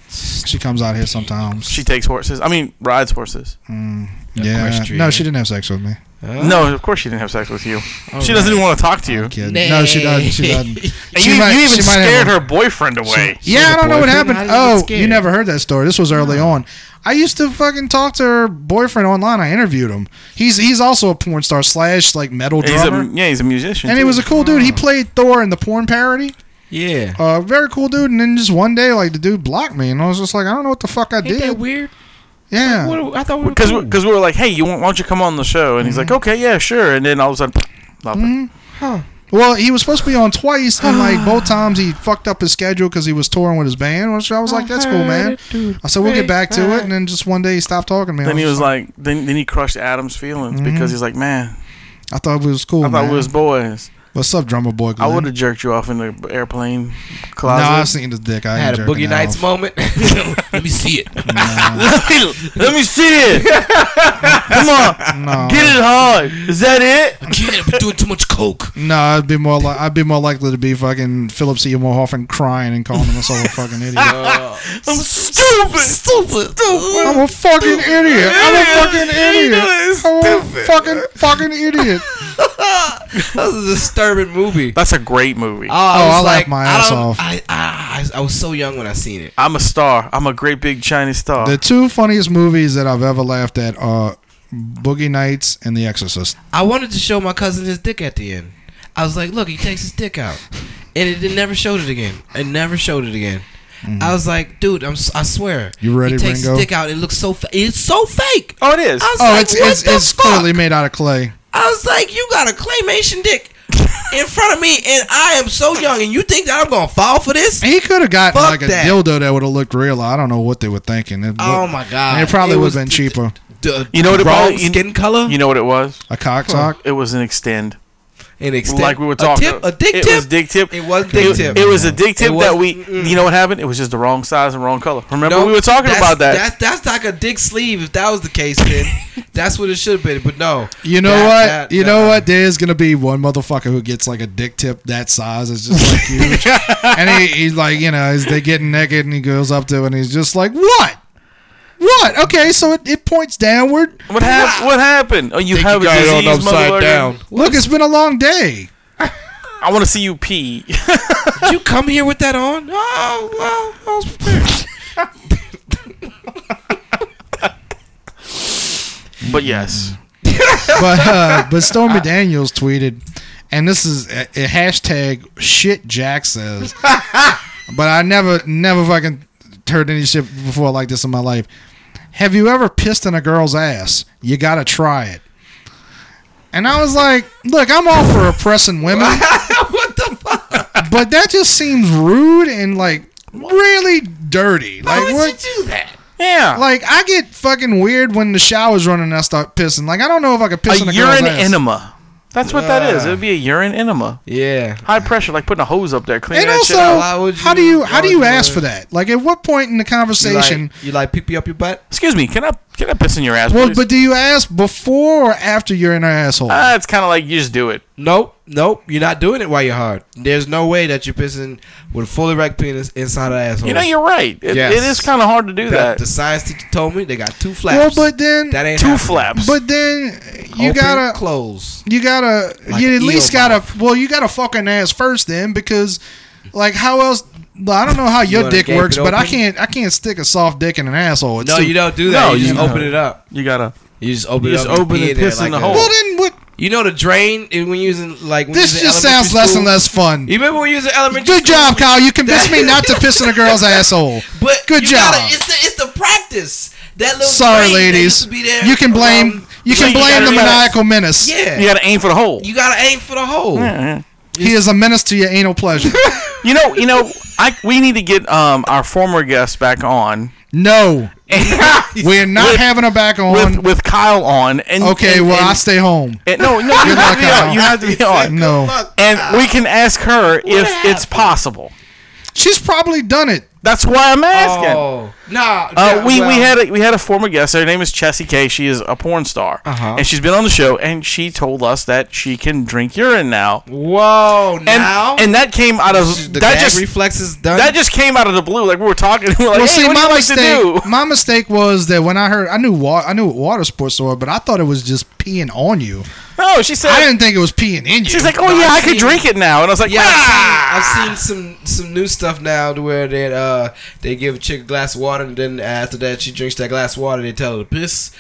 S7: She comes out here sometimes.
S5: she takes horses. I mean, rides horses.
S7: yeah. No, she didn't have sex with me.
S5: No, of course she didn't have sex with you.
S7: Oh,
S5: she doesn't even want to talk to you.
S7: Kidding. No, she doesn't. She doesn't.
S5: And
S7: She
S5: you,
S7: might-
S5: you
S7: she
S5: even
S7: might have
S5: scared
S7: a-
S5: her boyfriend away.
S7: Yeah, I don't know what happened.
S6: How did you get
S7: Oh,
S6: scared?
S7: you never heard that story. This was early on. I used to fucking talk to her boyfriend online. I interviewed him. He's he's also a porn star slash like metal
S5: he's
S7: drummer.
S5: a yeah, he's a musician.
S7: and he
S5: too.
S7: was a cool
S6: Oh.
S7: dude. He played Thor in the porn parody.
S6: Yeah.
S7: Uh, very cool dude. And then just one day, like the dude blocked me, and I was just like, I don't know what the fuck I
S6: Ain't that
S7: did.
S6: weird?
S7: Yeah.
S6: What, I thought we were
S5: because
S6: cool.
S5: because we were like, hey, you want, why don't you come on the show? And he's like, okay, yeah, sure. And then all of a sudden, nothing.
S7: Well, he was supposed to be on twice, and like both times he fucked up his schedule because he was touring with his band. Which I was like, that's cool, man. I said we'll get back to it, and then just one day he stopped talking to me. I
S5: Then he was
S7: just
S5: like, then, then he crushed Adam's feelings because he's like, man,
S7: I thought we was cool.
S5: I thought
S7: man.
S5: we was boys.
S7: What's up, drummer boy?
S5: I
S7: Glenn?
S5: would have jerked you off in the airplane
S7: No, I've
S5: closet.
S7: seen his dick. I,
S6: I
S7: ain't
S6: had a
S7: jerking
S6: boogie
S7: it
S6: nights
S7: off.
S6: moment. Let me see it.
S5: Let me see it. come on,
S7: No,
S5: get it hard. Is that it?
S6: Kid, I'm doing too much coke.
S7: no, I'd be more like I'd be more likely to be fucking Philip Seymour Hoffman crying and calling myself a fucking idiot.
S5: I'm stupid.
S6: Stupid.
S7: I'm a fucking idiot. I'm a fucking idiot. I'm a fucking fucking idiot.
S6: That was a disturbing movie.
S5: That's a great movie.
S6: Oh, I,
S7: I laughed
S6: was like,
S7: my
S6: I
S7: ass
S6: don't-
S7: off.
S6: I, I, I, I was so young when I seen it.
S5: I'm a star. I'm a great big Chinese star.
S7: The two funniest movies that I've ever laughed at are Boogie Nights and The Exorcist.
S6: I wanted to show my cousin his dick at the end. I was like, look, he takes his dick out, and it, it never showed it again. It never showed it again. I was like, dude, I'm, si swear.
S7: You ready,
S6: He takes
S7: Ringo?
S6: his dick out. It looks so. Fa- it's so fake.
S5: oh, it is.
S6: I was
S7: Oh,
S6: like,
S7: it's
S6: what
S7: it's,
S6: the
S7: it's
S6: fuck?
S7: clearly made out of clay.
S6: I was like, you got a claymation dick in front of me, and I am so young, and you think that I'm gonna fall for this?
S7: He could have gotten
S6: Fuck
S7: like a
S6: that.
S7: dildo that would have looked real. I don't know what they were thinking. It,
S6: Oh
S7: looked-
S6: my god!
S7: It probably would
S6: was
S7: have been
S6: the-
S7: cheaper.
S6: the
S5: You know what it
S6: wrong
S5: was? You-
S6: skin color
S5: You know what it was?
S7: A cock sock.
S5: It was an extend.
S6: and extent.
S5: Like we were talking.
S6: a tip, a dick
S5: it
S6: tip.
S5: was dick tip.
S6: It was dick
S5: it,
S6: tip.
S5: It was a dick tip
S6: It
S5: that
S6: was-
S5: we. You know what happened? It was just the wrong size and wrong color. Remember we were talking
S6: that's-
S5: about that.
S6: That's, that's like a dick sleeve. If that was the case, then that's what it should have been. But no,
S7: You know
S6: That-
S7: what?
S6: that-
S7: you know
S6: that-
S7: what? There's gonna be one motherfucker who gets like a dick tip that size. It's just like huge, and he, he's like, you know, he's, they getting naked, and he goes up to, it and he's just like, what? What? Okay, so it, it points downward.
S5: what happened? What happened? Oh, you have a disease, motherfucker.
S7: Look, it's been a long day.
S5: I want to see you pee.
S6: Did you come here with that on? Oh, well, I was prepared.
S5: but yes,
S6: Mm-hmm.
S7: but uh, but Stormy Daniels tweeted, and this is a, a hashtag shit Jack says. but I never never fucking heard any shit before like this in my life. Have you ever pissed in a girl's ass? You gotta try it. And I was like, look, I'm all for oppressing women. what the fuck? But that just seems rude and like really dirty. Like what?
S5: yeah.
S7: Like I get fucking weird when the shower's running and I start pissing. Like I don't know if I could piss in
S5: a
S7: a girl's
S5: urine
S7: ass.
S5: enema. That's what that is. It would be a urine enema.
S6: Yeah.
S5: High pressure, like putting a hose up there, cleaning
S7: And
S5: that
S7: also,
S5: shit out.
S6: Why would
S7: how do
S6: you-
S7: you how
S6: why
S7: do you
S6: would you
S7: ask
S6: do
S7: for that? Like, at what point in the
S6: You
S7: conversation?
S6: like, you like pee pee up your butt?
S5: Excuse me, can I can I piss in your ass?
S7: well,
S5: please?
S7: but do you ask before or after you're in her asshole?
S5: Ah, it's kind of like you just do it.
S6: Nope, nope. You're not doing it while you're hard. There's no way that you're pissing with a full erect penis inside an asshole.
S5: You know, you're right. It,
S6: Yes.
S5: it is kind of hard to do that.
S6: that, the science teacher told me they got two
S7: well,
S6: flaps.
S7: but then
S6: that ain't
S5: Two
S6: happening.
S5: flaps.
S7: but then you
S6: Open,
S7: gotta
S6: close.
S7: you gotta
S6: Like
S7: you
S6: an
S7: at least
S6: eel
S7: gotta well you gotta fuck an ass first then because like how else. well, I don't know how your
S6: wanna
S7: dick
S6: gape
S7: works,
S6: it
S7: but I
S6: open?
S7: can't. I can't stick a soft dick in an asshole. It's
S6: No,
S7: too-
S6: you don't do that.
S5: No,
S6: you just
S5: you don't.
S6: open it up.
S5: you gotta.
S6: You just open
S5: You
S6: it
S5: just
S6: up. and
S5: open
S6: pee
S5: and
S6: in there
S5: piss in
S6: like
S5: the
S6: a-
S5: hole.
S7: Well, then what?
S6: You know the drain and when using like when you
S7: This
S6: was in
S7: just sounds
S6: elementary
S7: less and
S6: school?
S7: less fun.
S6: You remember when you was in elementary?
S7: Good
S6: school?
S7: job, Kyle. You convinced me not to piss in a girl's asshole.
S6: But
S7: good
S6: you
S7: job.
S6: gotta- it's the it's the practice. That little
S7: Sorry,
S6: drain that
S7: ladies.
S6: used to be there,
S7: You can blame
S6: um,
S7: you
S5: you
S7: can blame
S5: gotta
S7: the
S5: realize-
S7: maniacal menace.
S6: yeah,
S5: You gotta aim for the hole.
S6: you gotta aim for the hole.
S7: He is a menace to your anal pleasure.
S5: You know, you know. I we need to get um our former guest back on
S7: no,
S5: with
S7: we're not
S5: With-
S7: having her back on.
S5: with Kyle on and
S7: okay,
S5: and-
S7: well
S5: and-
S7: I stay home.
S5: and- no no you have to be on. You have to be on.
S7: No,
S5: And we can ask her if it's possible.
S7: she's probably done it.
S5: That's why I'm asking.
S6: Oh, nah.
S5: Uh, we,
S6: well,
S5: we had a, we had a former guest. Her name is Chessie K. She is a porn star,
S6: Uh-huh.
S5: and she's been on the show. And she told us that she can drink urine now.
S6: Whoa,
S5: And
S6: now
S5: and that came out of
S6: the
S5: that
S6: gag
S5: just
S6: reflex is done.
S5: that just came out of the blue. Like we were talking, we were like, hey,
S7: Well, see,
S5: what do
S7: my
S5: you like to
S7: mistake.
S5: do?
S7: My mistake was that when I heard, I knew wa- I knew what water sports were, but I thought it was just peeing on you.
S5: No, she said.
S7: I didn't think it was peeing in you.
S5: she's like, oh
S6: No,
S5: yeah,
S6: I've
S5: I could
S6: seen-
S5: drink it now, and I was like,
S6: yeah,
S5: ah!
S6: I've, seen, I've seen some some new stuff now to where they uh they give a chick a glass of water and then after that she drinks that glass of water they tell her to piss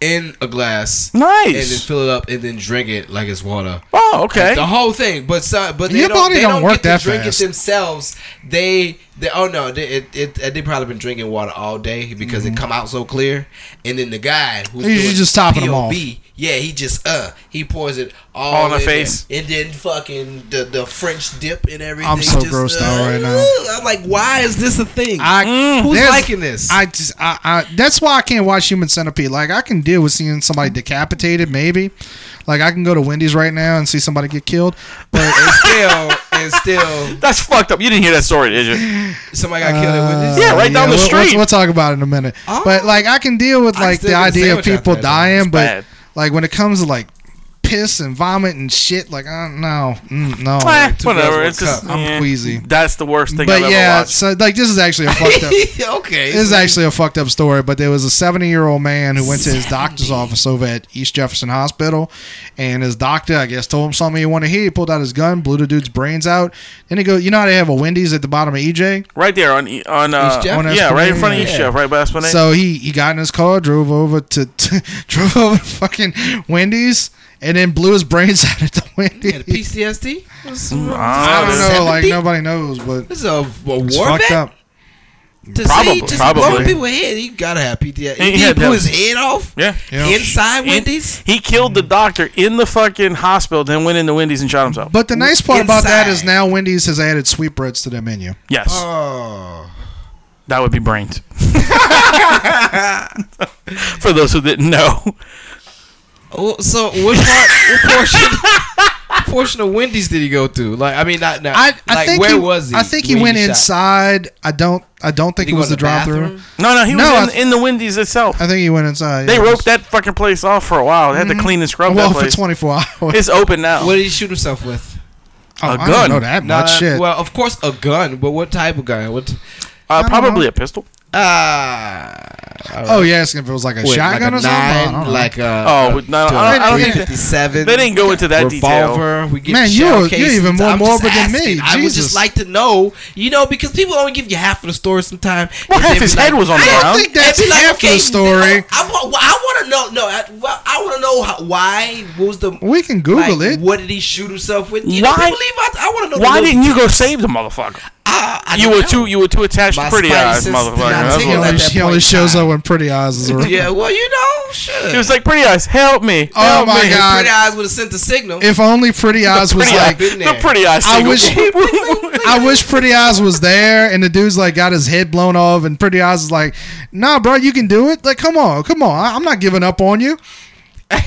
S6: in a glass and then
S5: nice.
S6: fill it up and then drink it like it's water.
S5: Oh, okay.
S6: The whole thing, but so, but they
S7: Your
S6: don't,
S7: body
S6: they
S7: don't
S6: don't
S7: work
S6: get to
S7: that
S6: drink
S7: fast.
S6: it themselves. They, they oh no, they, it, it, they probably been drinking water all day because it come out so clear. And then the guy who's
S7: He's
S6: doing
S7: just topping 'em
S6: yeah, he just uh he pours it all,
S5: All in the
S6: there.
S5: face.
S6: and then fucking the, the French dip and everything.
S7: I'm so
S6: just,
S7: grossed
S6: uh,
S7: out right now.
S6: I'm like, why is this a thing?
S7: I,
S6: Who's
S7: there's-
S6: liking this?
S7: I just, I, I, that's why I can't watch Human Centipede. Like, I can deal with seeing somebody decapitated, maybe. Like, I can go to Wendy's right now and see somebody get killed. But
S6: and still, and still,
S5: That's fucked up. You didn't hear that story, did you?
S6: somebody got killed. at Wendy's.
S5: Yeah, right down the
S7: Uh, we'll- we'll-
S5: street.
S7: We'll, talk about it in a minute.
S6: Oh.
S7: But like, I can deal with
S6: I
S7: like
S6: still
S7: the
S6: get a
S7: idea of
S6: sandwich after
S7: people
S6: that, though.
S7: dying,
S5: It's
S7: but
S5: bad.
S7: like when it comes to like piss and vomit and shit. Like, uh, no, mm, no,
S5: Eh, whatever. It's
S6: Cup.
S5: just
S7: I'm
S5: yeah.
S7: queasy.
S5: That's the worst thing I've
S7: But
S5: ever
S7: yeah,
S5: watched.
S7: so like this is actually a fucked up.
S6: okay.
S7: This is actually a fucked up story, but there was a 70 year old man who went to his doctor's office over at East Jefferson Hospital. And his doctor, I guess, told him something he wanted to hear. He pulled out his gun, blew the dude's brains out. Then he go, You know how they have a Wendy's at the bottom of E EJ?
S5: Right there on E- on uh,
S6: Jeff?
S7: On
S5: yeah, right in front of
S7: Esplanade,
S5: East
S7: yeah.
S5: Jeff, right by Esplanade.
S7: So he, he got in his car, drove over to, to drove over to fucking Wendy's, and then blew his brains out at the Wendy's.
S6: Yeah, the PTSD. What's wrong?
S5: I
S7: I don't know, like
S6: 70?
S7: nobody knows, but
S6: This is a, a
S7: it's
S6: war
S7: fucked
S6: vet.
S7: up.
S6: To
S5: Probably-
S6: see just
S5: probably.
S6: blowing people head, you gotta have PTSD.
S5: He
S6: He,
S5: had
S6: blew
S5: that-
S6: his head off.
S5: yeah.
S7: Yeah.
S6: Inside Wendy's.
S5: He killed
S6: Mm.
S5: the doctor in the fucking hospital, then went into Wendy's and shot himself.
S7: But the nice part about that is
S6: Inside.
S7: now Wendy's has added sweetbreads to their menu.
S5: Yes,
S6: Oh,
S5: that would be brains. For those who didn't know,
S6: Oh, so what part? what portion? what portion of Wendy's did he go to? Like, I mean, not, not
S7: I, I
S6: like
S7: think
S6: where
S7: he,
S6: was he?
S7: I think he
S6: when
S7: went
S6: shot?
S7: inside. I don't. I don't think it
S6: Did he go
S7: was
S6: in
S7: the,
S6: the
S7: drive-through.
S6: bathroom?
S5: no, no, he was
S7: No, I
S5: in,
S7: th-
S5: in the Wendy's itself.
S7: I think he went inside.
S5: They
S7: yeah.
S5: roped that fucking place off for a while. They had to clean and scrub
S7: Mm-hmm. well
S5: that
S7: for
S5: place.
S7: 24 hours.
S5: It's open now.
S6: What did he shoot himself with?
S7: oh,
S5: a
S7: I
S5: gun.
S7: don't know that
S6: Nah,
S7: much shit.
S6: Well, of course, a gun, but what type of gun? What?
S5: Uh,
S7: don't
S5: probably
S7: know.
S5: a pistol.
S6: Ah.
S7: oh, you're asking if it was like a
S6: What,
S7: shotgun
S6: like
S7: or
S6: a
S7: something? I don't
S6: nine,
S7: know.
S6: like a
S5: Oh, with- no, I don't- I don't think-
S6: 357.
S5: They didn't go into that detail.
S6: revolver. We get
S7: Man,
S6: shell
S7: you're- you're
S6: casings.
S7: even more
S6: I'm just
S7: morbid than me.
S6: asking. I would
S7: Jesus.
S6: just like to know, you know, because people only give you half of the story sometimes.
S5: Well,
S6: And
S5: half
S6: they be
S5: his
S6: like-
S5: head was on the
S6: I don't
S5: ground.
S6: think that's
S7: That's
S6: like,
S7: half the
S6: okay,
S7: story.
S6: no, I, wa- well, I want to know. No, I, well, I want to know how, why. What was the?
S7: We can Google
S6: like,
S7: it.
S6: What did he shoot himself with? You
S5: Why-
S6: Know, people leave out- I want to know.
S5: Why
S6: the
S5: didn't you go save the motherfucker?
S6: I, I
S5: You
S6: don't
S5: were
S6: know.
S5: too you were too attached to
S6: My
S5: pretty
S6: spidey
S5: eyes,
S6: sense did
S5: motherfucker.
S6: not
S5: That's
S6: tingle
S7: he
S5: what-
S6: at
S7: only,
S6: that
S7: he only
S6: point in
S7: shows
S6: time.
S7: up when Pretty Eyes is around.
S6: Yeah, well, you know, sure.
S5: He was like, "Pretty eyes, help me!"
S7: Oh
S5: help
S7: my
S5: me.
S7: God.
S6: Pretty eyes would have sent a signal.
S7: If only Pretty Eyes was
S5: Pretty
S7: like.
S5: eyes,
S6: been
S5: the
S6: there.
S5: pretty eyes.
S7: I
S5: single.
S7: wish. I wish Pretty Eyes was there, and the dude's like got his head blown off, and Pretty Eyes is like, "Nah, bro, you can do it. Like, come on, come on. I, I'm not giving up on you.
S5: and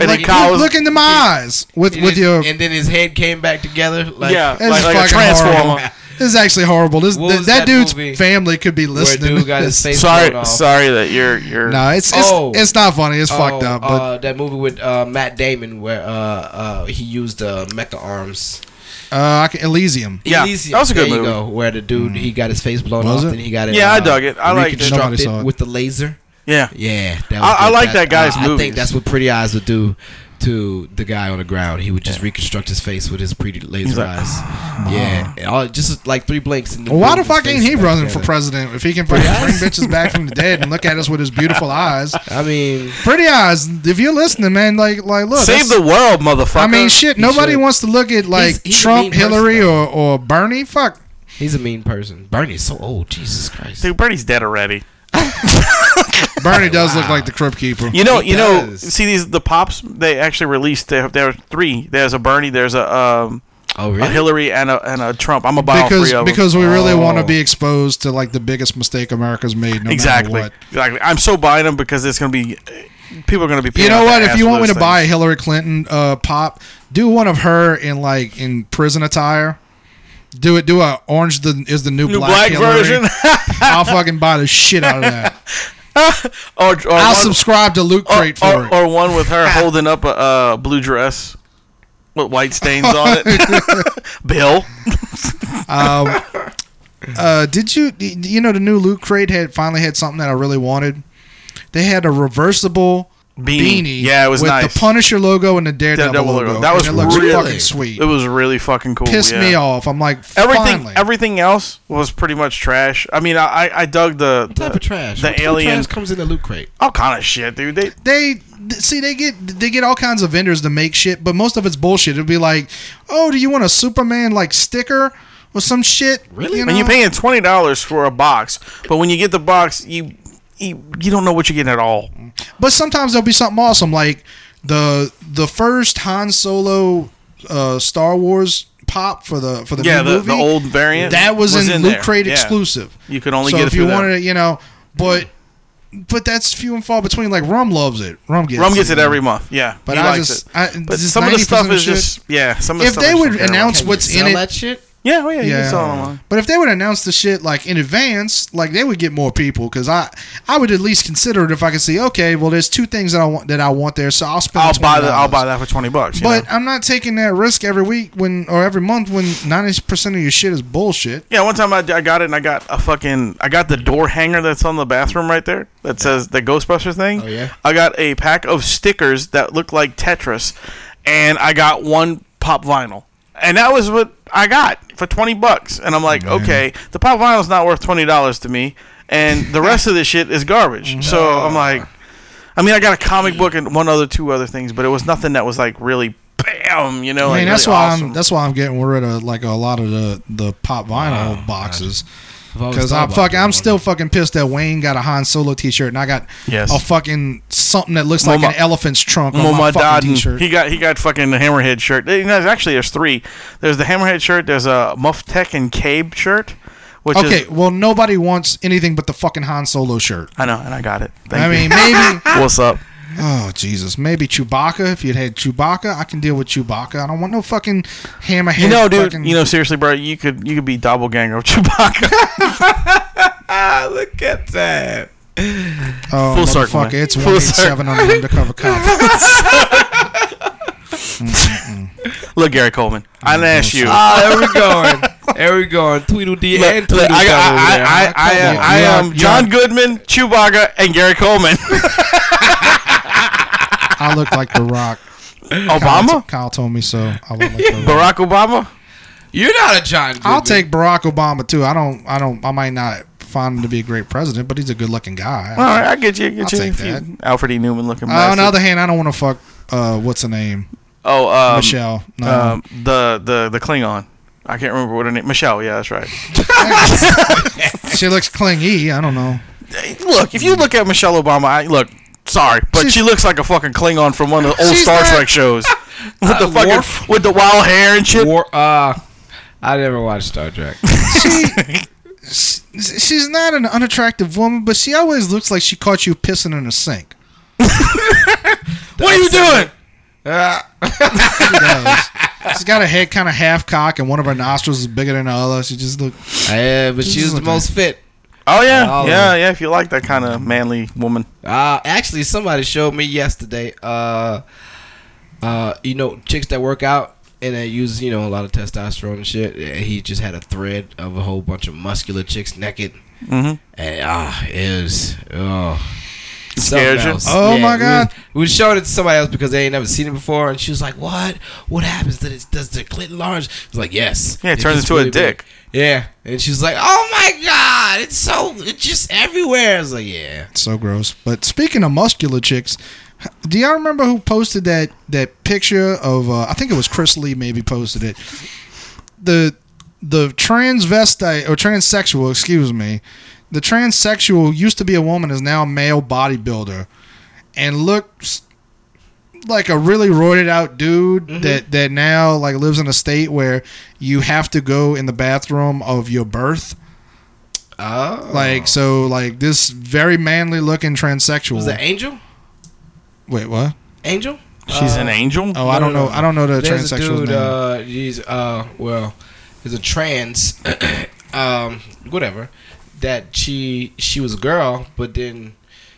S7: Like,
S5: then Kyle
S7: look,
S5: was,
S7: look into my eyes with
S6: And
S7: with
S6: then-
S7: your
S6: and then his head came back together. Like,
S5: yeah,
S7: This
S5: like,
S7: is
S5: like a
S7: fucking
S5: transformer.
S7: horrible. This is actually horrible. This
S6: What
S7: th-
S6: was
S7: that,
S6: that
S7: dude's
S6: movie
S7: family could be
S6: where
S7: listening.
S6: dude got
S7: to
S6: his
S7: this.
S6: face blown
S5: Sorry,
S6: off.
S5: sorry that you're you're.
S7: No, it's it's,
S6: Oh.
S7: it's not funny. It's
S6: Oh,
S7: fucked up. But
S6: uh, that movie with uh, Matt Damon where uh, uh, he used uh, mecha arms.
S7: uh, I can, Elysium.
S5: Yeah, that was a good
S6: there
S5: movie.
S6: You go, where the dude he got his face blown
S7: Hmm. Was
S6: off
S7: it?
S6: and he got it.
S5: Yeah, I
S6: uh,
S5: dug it. I liked it.
S7: Nobody
S6: reconstructed
S7: saw it.
S6: with the laser.
S5: Yeah,
S6: Yeah, that was
S5: I- I
S6: good.
S5: like that guy's
S6: I
S5: movies.
S6: think that's what Pretty Eyes would do to the guy on the ground. He would just reconstruct his face with his pretty laser
S5: like, "Ah."
S6: eyes. yeah, and all, just like three blinks. And the
S7: Well, why the
S6: his
S7: fuck ain't
S6: face
S7: he
S6: back
S7: running for
S6: together.
S7: president if he can fucking bring bitches back from the dead and look at us with his beautiful eyes?
S6: I mean,
S7: Pretty eyes. If you're listening, man, like like look.
S5: save
S7: that's-
S5: the world, motherfucker.
S7: I mean, shit. Nobody
S6: should.
S7: wants to look at like
S6: He's- he's a mean
S7: Trump,
S6: person,
S7: Hillary,
S6: though.
S7: or or Bernie. Fuck.
S6: he's a mean person. Bernie's so old. Jesus Christ.
S5: dude, Bernie's dead already.
S7: Bernie does look like the Crypt Keeper.
S5: You know, you know.
S6: does.
S5: See these the pops. They actually released. There, there are three. There's a Bernie. There's a um
S6: Oh,
S5: a Hillary and a and a Trump. I'm a buy all
S7: Because
S5: three of them.
S7: because we really want to
S6: Oh.
S7: be exposed to like the biggest mistake America's made. No Matter
S5: exactly,
S7: what.
S5: exactly. I'm so buying them because it's gonna be people are gonna be.
S7: You
S5: paying
S7: know
S5: out
S7: what?
S5: their
S7: If
S5: ass
S7: you
S5: for
S7: want me to
S5: those
S7: buy a
S5: things.
S7: Hillary Clinton uh, pop, do one of her in like in prison attire. Do it. Do a orange the is the new,
S5: new
S7: black,
S5: black,
S7: Hillary.
S5: version,
S7: I'll fucking buy the shit out of that.
S5: or, or
S7: I'll
S5: one-
S7: subscribe to Loot
S5: or,
S7: Crate for
S5: or-
S7: it.
S5: or one with her holding up a uh, blue dress with white stains on it. Bill,
S7: Um, uh, did you you know the new Loot Crate had finally had something that I really wanted? They had a reversible
S5: beanie.
S7: beanie,
S5: Yeah, it was
S7: with
S5: nice.
S7: the Punisher logo and the Daredevil,
S5: Daredevil
S7: logo.
S5: logo. That was
S7: and it looks
S5: really-
S7: fucking sweet.
S5: it was really fucking cool.
S7: Pissed
S5: yeah.
S7: me off. I'm like,
S5: Everything,
S7: finally.
S5: everything else was pretty much trash. I mean, I, I, I dug the, the
S6: type of trash.
S5: the
S6: What type of
S5: alien-
S6: trash comes in the loot crate.
S5: all kind of shit, dude. They
S7: they th- see they get they get all kinds of vendors to make shit, but most of it's bullshit. It'll be like, oh, do you want a Superman like sticker or some shit? Really? You
S5: and you're
S7: know?
S5: paying twenty dollars for a box, but when you get the box, you you, you don't know what you're getting at all.
S7: But sometimes there'll be something awesome, like the the first Han Solo uh, Star Wars pop for the for the
S5: Yeah,
S7: new
S5: the,
S7: movie.
S5: the old variant
S7: that was, in, Loot
S5: there.
S7: Crate
S5: Yeah.
S7: exclusive.
S5: You could only
S7: so
S5: get it
S7: if you
S5: through them.
S7: wanted it, you know, but but that's few and far between. Like Rum loves it. Rum gets
S5: Rum gets
S7: it
S5: it every month. Yeah,
S7: But
S5: he
S7: I
S5: likes
S7: just
S5: it.
S7: I,
S5: But
S7: just
S5: some of the
S7: 90%
S5: stuff is
S7: shit-
S5: just yeah. Some of the
S7: if
S5: stuff
S7: they
S5: is
S7: would
S5: just terrible.
S7: announce what's in it
S6: that shit?
S5: Yeah, oh yeah, you
S7: Yeah.
S5: can sell it online.
S7: But if they would announce the shit like in advance, like they would get more people. Because I, I would at least consider it if I could see. Okay, well, there's two things that I want that I want there, so I'll spend.
S5: I'll buy the I'll
S7: $20.
S5: buy that for twenty bucks. you
S7: But
S5: know?
S7: I'm not taking that risk every week when or every month when ninety percent of your shit is bullshit.
S5: yeah, one time I, I got it and I got a fucking I got the door hanger that's on the bathroom right there that says the Ghostbusters thing.
S10: Oh, yeah?
S5: I got a pack of stickers that look like Tetris, and I got one pop vinyl, and that was what I got for twenty bucks. And I'm like, okay, the pop vinyl's not worth twenty dollars to me, and the rest of this shit is garbage. So I'm like, I mean, I got a comic book and one other two other things, but it was nothing that was like really. Bam, you know,
S7: I
S5: like
S7: mean, that's
S5: really
S7: why
S5: awesome.
S7: I'm that's why I'm getting rid of like a lot of the the pop vinyl boxes. Because I'm fuck, I'm still fucking pissed that Wayne got a Han Solo T-shirt and I got
S5: Yes.
S7: a fucking something that looks
S5: Mama-
S7: like an elephant's trunk on
S5: Well,
S7: my
S5: my dad,
S7: fucking T-shirt.
S5: he got he got fucking the hammerhead shirt. You know, there's actually, there's three. There's the hammerhead shirt. There's a Muff Tech and Cabe shirt, which
S7: okay,
S5: is
S7: well, nobody wants anything but the fucking Han Solo shirt.
S5: I know, and I got it. Thank
S7: I
S5: you.
S7: mean, maybe.
S5: what's up?
S7: Oh Jesus, maybe Chewbacca. If you'd had Chewbacca, I can deal with Chewbacca. I don't want no fucking hammerhead.
S5: You know, dude.
S7: fucking-
S5: You know, seriously, bro, you could you could be doppelganger of Chewbacca.
S10: Look at that.
S7: oh,
S5: full circle,
S7: motherfucker,
S5: man.
S7: It's
S5: Full
S7: one eight seven on the undercover cop.
S5: Look, Gary Coleman, I didn't ask you.
S10: Ah, there we going. There we going. Tweedledee and
S5: Look,
S10: Tweedledum
S5: I,
S10: over there.
S5: I, I, I, I, am-
S7: on.
S5: I
S7: You're
S5: am
S7: on- you're
S5: John
S7: on.
S5: Goodman, Chewbacca, and Gary Coleman.
S7: I look like The Rock. Kyle,
S5: Obama,
S7: Kyle told me so. I look like The Rock.
S5: Barack Obama.
S10: You're not a John.
S7: I'll
S10: Goodman.
S7: take Barack Obama too. I don't. I don't. I might not find him to be a great president, but he's a good-looking guy.
S5: All right, I get you. I get
S7: I'll
S5: you. If
S7: take
S5: you-
S7: that.
S5: Alfred E. Newman looking.
S7: Uh, on the
S5: bastard.
S7: other hand, I don't want to fuck. Uh, what's her name?
S5: Oh, um,
S7: Michelle. No.
S5: um, the the the Klingon. I can't remember what her name. Michelle. Yeah, that's right.
S7: she looks clingy. I don't know.
S5: Look, if you look at Michelle Obama, I, look. Sorry, but she looks like a fucking Klingon from one of the old
S7: She's
S5: Star
S7: not-
S5: Trek shows. With the fucking
S10: Worf?
S5: with the wild hair and shit.
S10: War, uh, I never watched Star Trek.
S7: She's not an unattractive woman, but she always looks like she caught you pissing in a sink.
S5: What are you doing?
S7: She does. She's got her head kind of half cock, and one of her nostrils is bigger than the other. She just look.
S10: yeah, Uh, but she was the most fit.
S5: Oh yeah,
S10: All
S5: yeah,
S10: of
S5: yeah. If you like that kind of manly woman,
S10: Uh, actually, somebody showed me yesterday. Uh, uh, you know, chicks that work out and they use you know a lot of testosterone and shit. And he just had a thread of a whole bunch of muscular chicks naked,
S5: Mhm.
S10: and ah, it was oh.
S5: scared
S10: something
S5: you?
S10: else.
S7: Oh, my
S10: we-
S7: God.
S10: We, showed it to somebody else because they ain't never seen it before, and she was like, "What? What happens? Does it, does the clit enlarge?" I was like, "Yes."
S5: Yeah, it turns
S10: gets
S5: into a dick.
S10: Big. Yeah, and she's like, "Oh my god, it's so it's just everywhere." I was like, "Yeah."
S7: So gross. But speaking of muscular chicks, do y'all remember who posted that that picture of? Uh, I think it was Chris Lee. Maybe posted it. The the transvestite or transsexual, excuse me, the transsexual used to be a woman is now a male bodybuilder, and looks like a really roided out dude
S10: Mm-hmm.
S7: that that now like lives in a state where you have to go in the bathroom of your birth.
S10: Oh,
S7: Like so, like this very manly looking transsexual.
S10: was that Angel?
S7: Wait, what?
S10: Angel?
S5: she's an angel.
S7: Oh, I don't know. I don't know the
S10: There's a
S7: transsexual
S10: dude.
S7: name.
S10: Uh, he's uh, well, he's a trans, um, whatever. That she she was a girl, but then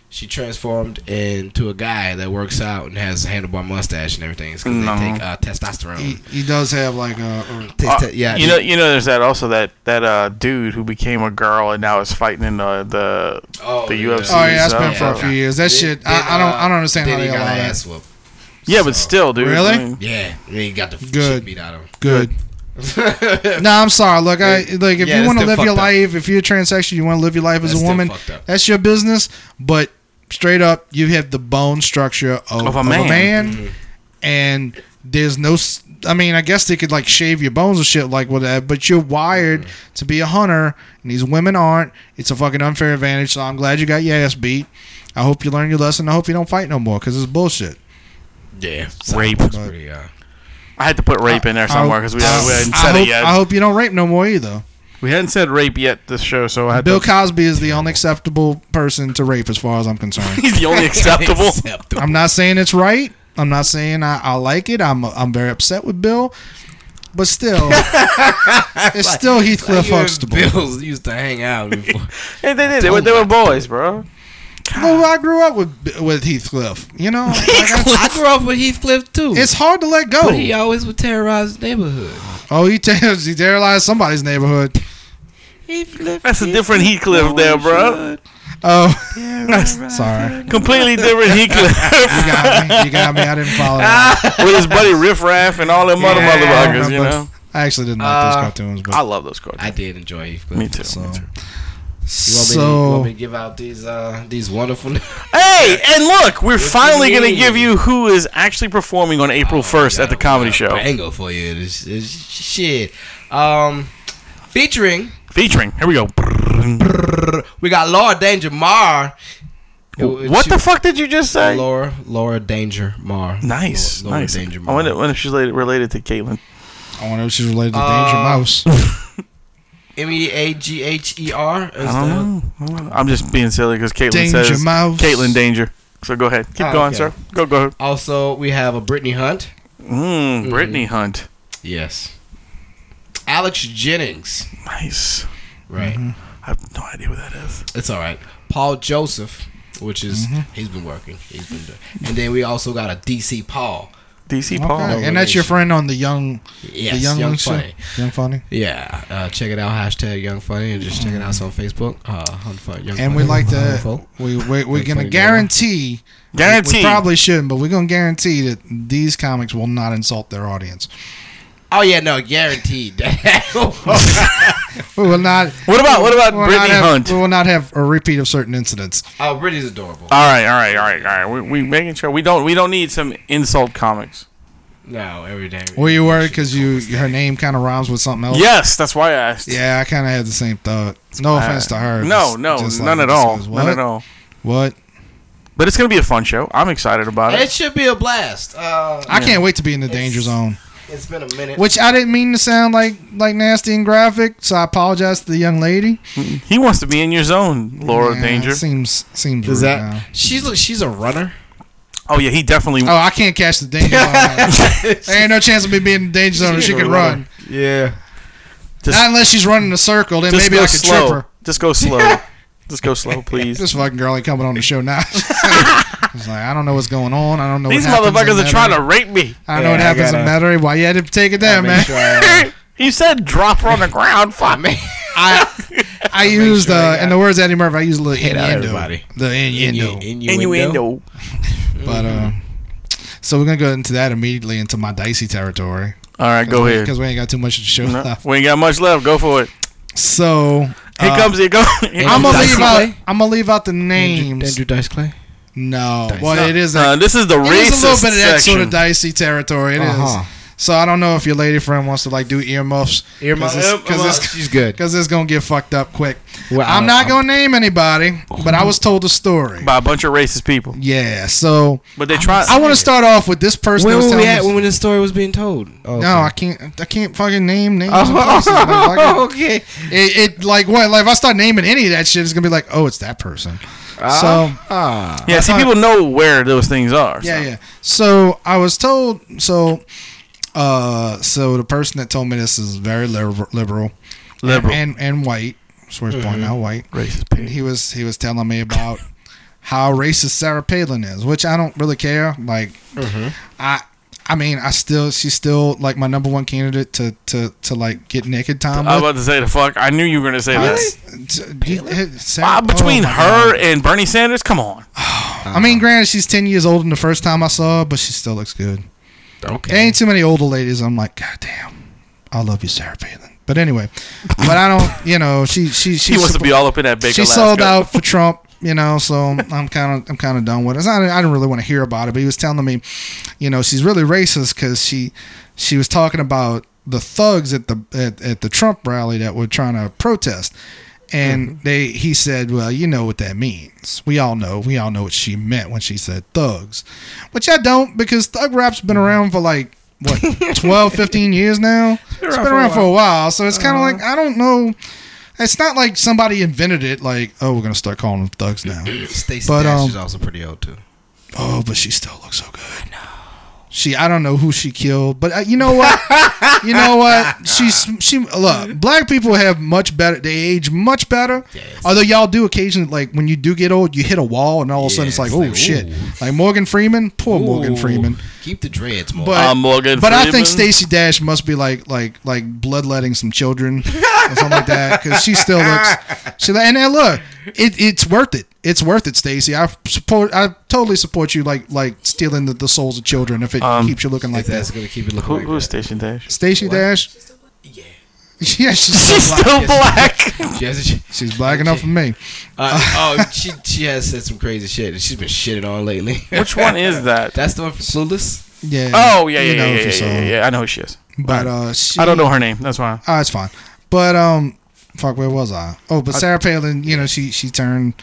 S10: she transformed into a guy that works out and has a handlebar mustache and everything. It's 'cause
S5: No.
S10: they take uh,
S7: he,
S10: testosterone.
S7: he does have like a.
S10: Takes
S5: Uh,
S10: te- yeah,
S5: you know, you know. There's that also that that uh, dude who became a girl and now is fighting in the the,
S10: Oh,
S5: the
S10: yeah.
S5: UFC.
S7: Oh yeah, that's
S5: uh,
S7: been for a few years. That shit, I, I don't, I don't understand how
S10: Then
S7: they
S10: he got
S7: allow
S10: her
S7: that.
S10: ass whooped.
S5: yeah, but still, dude.
S7: Really?
S5: I mean,
S10: Yeah, then he got the f-
S7: Good.
S10: shit beat out of him.
S7: Good. no, I'm sorry. Look, I like if
S10: Yeah,
S7: you
S10: that's
S7: want to
S10: still
S7: live your
S10: fucked up.
S7: life, if you're transsexual, you want to live your life
S10: That's
S7: as a
S10: still
S7: woman.
S10: fucked up.
S7: That's your business. But straight up, you have the bone structure of, of a man,
S10: Mm-hmm.
S7: and there's no. s- I mean, I guess they could like shave your bones and shit like with that, but you're wired
S10: Mm-hmm.
S7: to be a hunter, and these women aren't. It's a fucking unfair advantage. So I'm glad you got your ass beat. I hope you learn your lesson. I hope you don't fight no more because it's bullshit.
S10: Yeah,
S5: Rape.
S10: It's pretty, uh,
S5: I had to put rape in there somewhere because we, hadn't- we hadn't
S7: I
S5: said
S7: hope,
S5: it yet.
S7: I hope you don't rape no more either.
S5: We hadn't said rape yet this show, so I had
S7: Bill
S5: to.
S7: Cosby is the only acceptable person to rape, as far as I'm concerned.
S5: He's the only acceptable.
S7: I'm not saying it's right. I'm not saying I, I like it. I'm I'm very upset with Bill. but still, it's still Heathcliff
S10: You and
S7: Huxtable.
S10: Bills used to hang out before.
S5: Hey, they did. They were, they were boys, bro.
S7: Well, I grew up with with Heathcliff. You know, Like, I-
S10: I grew up with Heathcliff too.
S7: it's hard to let go.
S10: but he uh, always would terrorize the neighborhood.
S7: oh, he ter- he terrorized somebody's neighborhood.
S10: Heathcliff.
S5: That's a different Heathcliff there, bro.
S7: Oh, sorry,
S5: Completely different Heathcliff
S7: you got me. You got me. I didn't follow. That.
S5: with his buddy Riff Raff and all them other
S10: Ah, Yeah, I
S5: motherfuckers. You
S7: remember.
S5: know,
S7: I actually didn't like those
S10: Uh,
S7: cartoons, but
S5: I love those cartoons.
S10: I did enjoy Heathcliff.
S5: Me too.
S7: so.
S5: me too.
S10: You want, me to, you want me
S7: So
S10: to give out these uh, these wonderful?
S5: Hey, and look, we're finally
S10: you
S5: going to
S10: mean?
S5: give you who is actually performing on April 1st at the comedy show.
S10: Bango for you. This is shit. Um, featuring
S5: Featuring, here we go.
S10: we got Laura Danger Mar.
S5: What the fuck did you just say?
S10: Laura Laura Danger Mar.
S5: Nice,
S10: Laura, Laura
S5: nice.
S10: Danger
S5: I
S10: Mar.
S5: wonder, wonder if she's related, related to Caitlin.
S7: I wonder if she's related to Danger
S10: Uh,
S7: Mouse.
S10: M e a g h e r. is
S5: I don't know. I don't know. I'm just being silly because Caitlin
S7: Danger
S5: says
S7: Mouse.
S5: Caitlin Danger. So go ahead,
S7: Ah,
S5: keep
S10: Oh,
S5: going,
S10: okay.
S5: sir. Go, go.
S10: the- Also, we have a Brittany Hunt.
S5: Mm, Brittany Hunt.
S10: Yes. Alex Jennings.
S5: Nice.
S10: Right.
S5: I have no idea what that is.
S10: It's all right. Paul Joseph, which is
S7: Mm-hmm.
S10: he's been working. He's been doing. And then we also got a DC Paul.
S5: DC Paul.
S7: Okay. And that's your friend on the young,
S10: Yes,
S7: the young,
S10: young,
S7: show?
S10: funny.
S7: young funny.
S10: Yeah, uh, check it out. Hashtag Young Funny and just check it out on Facebook. Uh, Hunt Fun, young
S7: And we
S10: funny,
S7: like
S10: Young
S7: to
S10: Folk.
S7: we we we're gonna
S10: funny,
S7: guarantee.
S5: Guaranteed.
S7: We probably shouldn't, but we're gonna guarantee that these comics will not insult their audience.
S10: Oh yeah, no, guaranteed.
S7: We will not.
S5: what about what about
S7: we will
S5: Brittany
S7: not have,
S5: Hunt?
S7: We will not have a repeat of certain incidents.
S10: oh, Brittany's adorable.
S5: All right, all right, all right, all right. We we making sure we don't we don't need some insult comics.
S10: No, every day.
S7: Were you worried because you her name kind of rhymes with something else?
S5: Yes, that's why I asked.
S7: Yeah, I kind of had the same thought. No offense to her.
S5: No,
S7: just-
S5: no,
S7: just like
S5: none at
S7: this
S5: all.
S7: is
S5: None
S7: what?
S5: at all.
S7: What?
S5: But it's gonna be a fun show. I'm excited about
S10: It
S5: it.
S10: should be a blast. Uh,
S7: I can't wait to be in the danger zone.
S10: it's been a minute.
S7: Which I didn't mean to sound like like nasty and graphic, so I apologize to the young lady.
S5: He wants to be in your zone, Laura
S7: Yeah,
S5: Danger.
S7: it seems seems
S10: Is
S7: rude
S10: that
S7: now.
S10: she's a, she's a runner?
S5: Oh yeah, he definitely.
S7: Oh, I can't catch the danger zone. there ain't no chance of me being in the danger zone. if She can run.
S10: Yeah.
S5: Just-
S7: Not unless she's running in a circle, then
S5: just
S7: maybe
S5: go
S7: I could
S5: slow.
S7: trip her.
S5: Just go slow. just go slow, please.
S7: This fucking girl ain't coming on the show now. It's like, I don't know what's going on. I don't know.
S5: These
S7: what happens in
S5: motherfuckers are
S7: that
S5: trying
S7: area.
S5: to rape me.
S7: I don't know what
S10: Yeah, I
S7: happens in
S10: gotta-
S7: Metairie. Why you had to take it down, man?
S10: Uh,
S5: He said, "Drop her on the ground." Fuck me.
S7: I I used
S10: sure I
S7: uh,
S10: got-
S7: in the words of Eddie Murphy. I used a little
S10: Hit out
S7: innuendo.
S10: everybody.
S7: The innuendo.
S5: Innuendo.
S7: But
S10: Mm-hmm.
S7: uh, so we're gonna go into that immediately into my dicey territory.
S5: All right, go here.
S7: because we ain't got too much to show
S5: No,
S7: left.
S5: we ain't got much left. Go for it.
S7: So
S5: Here
S7: uh,
S5: comes it. Go. Here
S7: I'm
S5: comes
S7: gonna
S5: it.
S7: leave
S10: Dicey
S7: out.
S10: Clay?
S7: I'm gonna leave out the
S10: Andrew,
S7: names.
S10: Andrew Dice Clay.
S7: No, well, it is. A,
S5: Uh, this is the
S7: it
S5: racist
S7: is a little bit of that
S5: section.
S7: sort of dicey territory. It is.
S10: Uh-huh.
S7: So I don't know if your lady friend wants to like do earmuffs.
S10: Earmuffs.
S7: because it's,
S10: She's good.
S7: because it's gonna get fucked up quick.
S10: Well, I
S7: I'm
S10: don't-
S7: not gonna name anybody, but I was told the story.
S5: by a bunch of racist people,
S7: Yeah, so
S5: but they try.
S7: I want to start off with this person.
S10: When
S7: that was
S10: were we
S7: telling
S10: at
S7: us-
S10: when this story was being told? Oh,
S7: no, I can't. I can't fucking name names. and places,
S10: Oh,
S7: motherfucker.
S10: okay.
S7: it, it like what? Like if I start naming any of that shit, it's gonna be like, oh, it's that person.
S10: Uh-huh.
S7: so
S5: Yeah, see, people know where those things are. so.
S7: Yeah, yeah. So I was told. So, uh, so the person that told me this is very liberal, liberal,
S5: Liberal. Mm-hmm.
S7: and and white. So he's pointing out white.
S5: Racist
S7: And
S5: pig.
S7: he was he was telling me about how racist Sarah Palin is, which I don't really care. Like,
S5: Mm-hmm.
S7: I. I mean, I still she's still like my number one candidate to to to like get naked time.
S5: I was
S7: with.
S5: about to say the fuck. I knew you were gonna say that.
S7: T- d- eh, Sarah-
S5: Uh, between
S7: oh my
S5: her
S7: God.
S5: and Bernie Sanders, come on.
S7: I mean, granted, she's ten years older than the first time I saw her, but she still looks good. There
S10: Okay.
S7: ain't too many older ladies. I'm like, God damn, I love you, Sarah Palin. But anyway, but I don't, you know, she she she
S5: He wants to be all up in that big.
S7: she
S5: Alaska.
S7: sold out for Trump, you know. So I'm kind of I'm kind of done with it. I, didn't- I didn't really want to hear about it, but he was telling me, you know, she's really racist because she she was talking about the thugs at the at, at the Trump rally that were trying to protest, and they he said, well, you know what that means. We all know. We all know what she meant when she said thugs, which I don't because thug rap's been around for like. What 12, 15 years now? It's been around, for, a while, Uh-huh. so it's kind of like I don't know it's not like somebody invented it. Like, oh, we're gonna start calling them thugs now.
S10: Stacey
S7: But,
S10: Dash
S7: um,
S10: is also pretty old too.
S7: oh, but she still looks so good. I know. She, I don't know who she killed, but uh, you know what? you know what? She's she. Look, black people have much better. They age much better. Although y'all do occasionally, like when you do get old, you hit a wall, and all of a sudden it's
S8: Yeah,
S7: like,
S8: it's
S7: oh
S8: like, ooh.
S7: shit! Like Morgan Freeman, poor Morgan
S8: Ooh,
S7: Freeman.
S8: Keep the dreads, Morgan.
S7: But
S5: Uh, Morgan
S7: but I
S5: Freeman?
S7: think Stacey Dash must be like like like bloodletting some children or something like that because she still looks. She and then look, it, it's worth it. It's worth it, Stacey. I support. I totally support you. Like like stealing the, the souls of children if it
S5: Um,
S7: keeps you looking like
S6: That's
S7: that.
S6: gonna keep it looking
S5: Who,
S6: like
S5: who's Station Dash?
S7: Stacey Dash. Yeah. Yeah, she's still
S5: She's
S7: black.
S5: still black.
S6: Yes, she-
S7: She's black enough for me.
S6: uh, oh, she she has said some crazy shit, and she's been shitted on lately.
S5: Which one is that?
S6: That's the one from Clueless.
S7: Yeah.
S5: Oh yeah,
S7: you
S5: yeah,
S7: know
S5: yeah,
S7: if
S5: yeah,
S7: you
S5: yeah,
S7: saw
S5: yeah,
S7: her.
S5: yeah. I know who she is.
S7: But uh, she,
S5: I don't know her name. That's why.
S7: Oh, it's fine. But um, fuck, where was I? Oh, but Sarah Palin, you know, she she turned.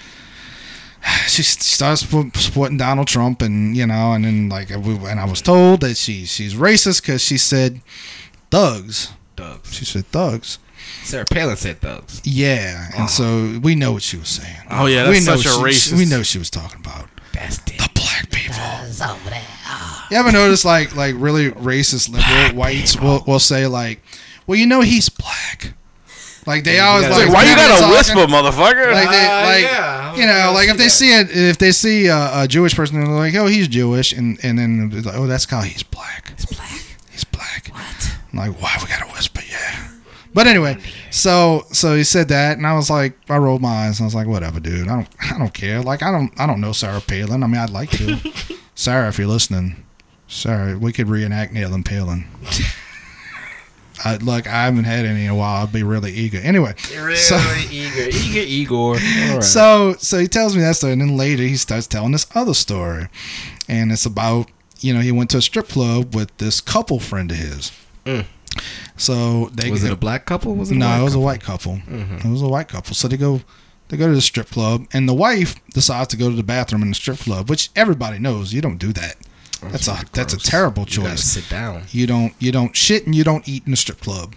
S7: She s- starts sp- supporting Donald Trump, and you know, and then like we, and I was told that she she's racist because she said thugs.
S6: Thugs.
S7: She said thugs.
S6: Sarah Palin said thugs.
S7: Yeah, and so we know what she was saying.
S5: Oh yeah,
S7: we
S5: that's
S7: know
S5: such a
S7: she-
S5: racist.
S7: We know she was talking about
S6: Bastard.
S7: the black people. You ever notice like like really racist liberal whites will, will say like, well you know he's black, like they always
S6: gotta-
S7: like,
S5: Like, why you
S7: when they're
S5: gotta
S7: talking,
S5: whisper, Ah, motherfucker?
S7: Like they
S6: Uh,
S7: like
S6: yeah, I
S7: you know
S6: don't
S7: like
S6: see
S7: if they
S6: that.
S7: see it if they see a, a Jewish person they're like oh he's Jewish and and then it's like oh that's how he's black. He's black. He's black. What? I'm like why we gotta whisper yeah. But anyway, so so he said that, and I was like, I rolled my eyes, and I was like, whatever, dude. I don't, I don't care. Like, I don't, I don't know Sarah Palin. I mean, I'd like to. Sarah, if you're listening, Sarah, we could reenact Nail and Palin. I, look, I haven't had any in a while. I'd be really eager. Anyway,
S6: Really
S7: so,
S6: eager, eager Igor. All right.
S7: so so he tells me that story, and then later he starts telling this other story, and it's about you know he went to a strip club with this couple friend of his. So they
S6: Mm. was it a black couple? Mm-hmm. Was it
S7: no,
S6: a
S7: it
S6: black
S7: was a white couple. It was a white couple. So they go, they go to the strip club, and the wife decides to go to the bathroom in the strip club, which everybody knows you don't do that.
S6: Oh,
S7: That's, a that's a terrible
S6: You gotta
S7: choice.
S6: sit down.
S7: You don't you don't shit and you don't eat in the strip club.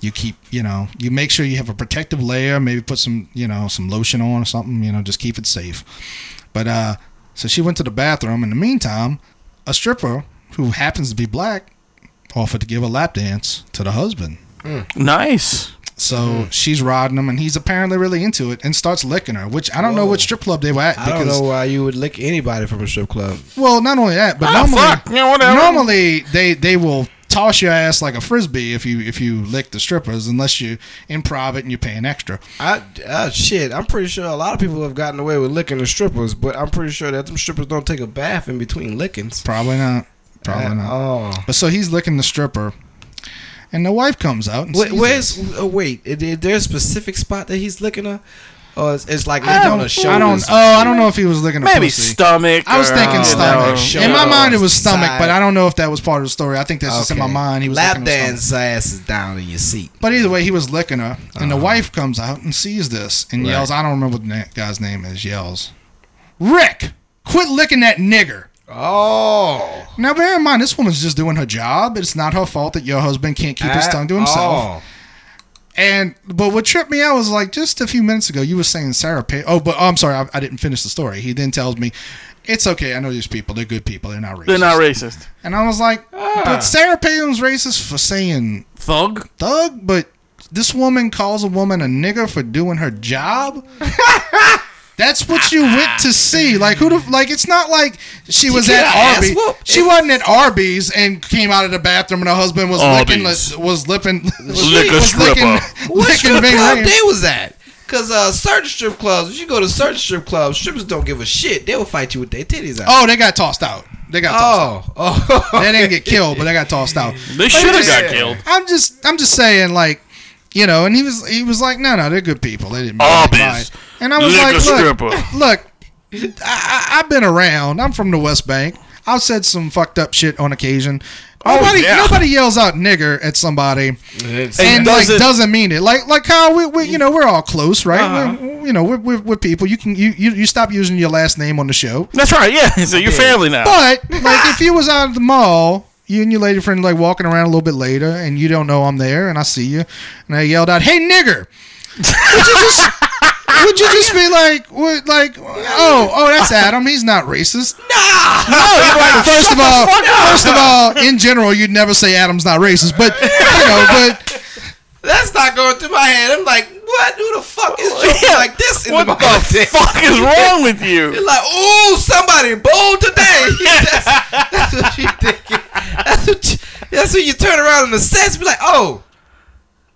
S7: You keep you know you make sure you have a protective layer. Maybe put some you know some lotion on or something. You know just keep it safe. But uh, so she went to the bathroom. In the meantime, a stripper who happens to be black offered to give a lap dance to the husband.
S5: nice.
S7: So
S6: Mm-hmm.
S7: she's riding him, and he's apparently really into it, and starts licking her. Which I don't know what strip club they were at
S6: I don't
S7: because
S6: know why you would lick anybody from a strip club.
S7: well, not only that, but
S5: Ah,
S7: normally,
S5: fuck. Yeah, whatever.
S7: normally they they will toss your ass like a frisbee if you if you lick the strippers, unless you improv it and you're paying extra.
S6: I uh, shit. I'm pretty sure a lot of people have gotten away with licking the strippers, but I'm pretty sure that them strippers don't take a bath in between lickings.
S7: Probably not. Probably
S6: Uh,
S7: not.
S6: Oh,
S7: But so he's licking the stripper, and the wife comes out. And
S6: wait,
S7: sees
S6: where's?
S7: this.
S6: Oh, wait, is is there a specific spot that he's licking her? Or it's, it's like
S7: I
S6: licking on her
S7: don't. I
S6: shoulders.
S7: don't. Oh, I don't know if he was licking her
S5: Maybe
S7: pussy.
S5: stomach.
S7: I was
S5: or,
S7: thinking
S5: you
S7: stomach.
S5: know.
S6: Sure.
S7: In my mind, it was
S6: Side.
S7: stomach, but I don't know if that was part of the story. I think that's just in my
S6: Okay.
S7: mind. He was
S6: lap
S7: looking at stomach.
S6: dance ass is down in your seat.
S7: But either way, he was licking her, and the wife comes out and sees this and yells. I don't remember what the na- guy's name is. Yells, Rick, quit licking that nigger.
S6: Oh,
S7: Now bear in mind, this woman's just doing her job. It's not her fault that your husband can't keep his tongue to himself. And but what tripped me out was like just a few minutes ago you were saying Sarah. Pa- oh, but oh, I'm sorry, I, I didn't finish the story. He then tells me, "It's okay. I know these people. They're good people. They're not racist."
S5: They're not racist.
S7: And I was like, but Sarah Palin's racist for saying
S5: Thug.
S7: thug, but this woman calls a woman a nigger for doing her job. That's what you went to see. Like who the like it's not like she was
S6: get
S7: at
S6: her ass
S7: Arby's.
S6: whooped.
S7: She wasn't at Arby's and came out of the bathroom and her husband was licking
S2: Arby's.
S7: the- was lipping was
S2: Lick a
S7: was
S2: stripper.
S6: What
S7: licking
S6: strip
S7: Ving
S6: club
S7: Rhames.
S6: they was at? Cause uh, certain strip clubs, if you go to certain strip clubs, strippers don't give a shit. They will fight you with their titties out.
S7: Oh, they got tossed out. They got tossed out.
S6: Oh, oh,
S7: They didn't get killed, but they got tossed out.
S5: They should have
S7: just-
S5: got killed.
S7: I'm just I'm just saying like you know, and he was he was like, no, no, they're good people. They didn't make me buy
S2: Arby's.
S7: it." And I was
S2: Lick
S7: like,
S2: a
S7: look,
S2: stripper.
S7: look, I, I, I've been around. I'm from the West Bank. I've said some fucked up shit on occasion. Nobody,
S2: yeah.
S7: nobody yells out nigger at somebody and
S5: doesn't-
S7: like doesn't mean it. Like like Kyle, we, we you know we're all close, right? We're, you know we're, we're, we're people. You can you, you you stop using your last name on the show.
S5: That's right. Yeah. So you're family now.
S7: But like, if you was out at the mall, you and your lady friend like walking around a little bit later, and you don't know I'm there, and I see you, and I yelled out, "Hey, nigger!" Would you just Would you just be like, would, like, oh, oh, that's Adam. He's not racist.
S5: like,
S7: First of all, first of all, in general, you'd never say Adam's not racist, but you know, but
S10: That's not going through my head. I'm like, what? Who the fuck is joking like this in
S5: Oh, what
S10: the,
S5: the
S10: market?
S5: fuck is wrong with
S10: You're
S5: you?
S10: like, ooh, somebody bold today. that's, that's what you thinking. That's what you, that's when you turn around in the sets and be like, oh,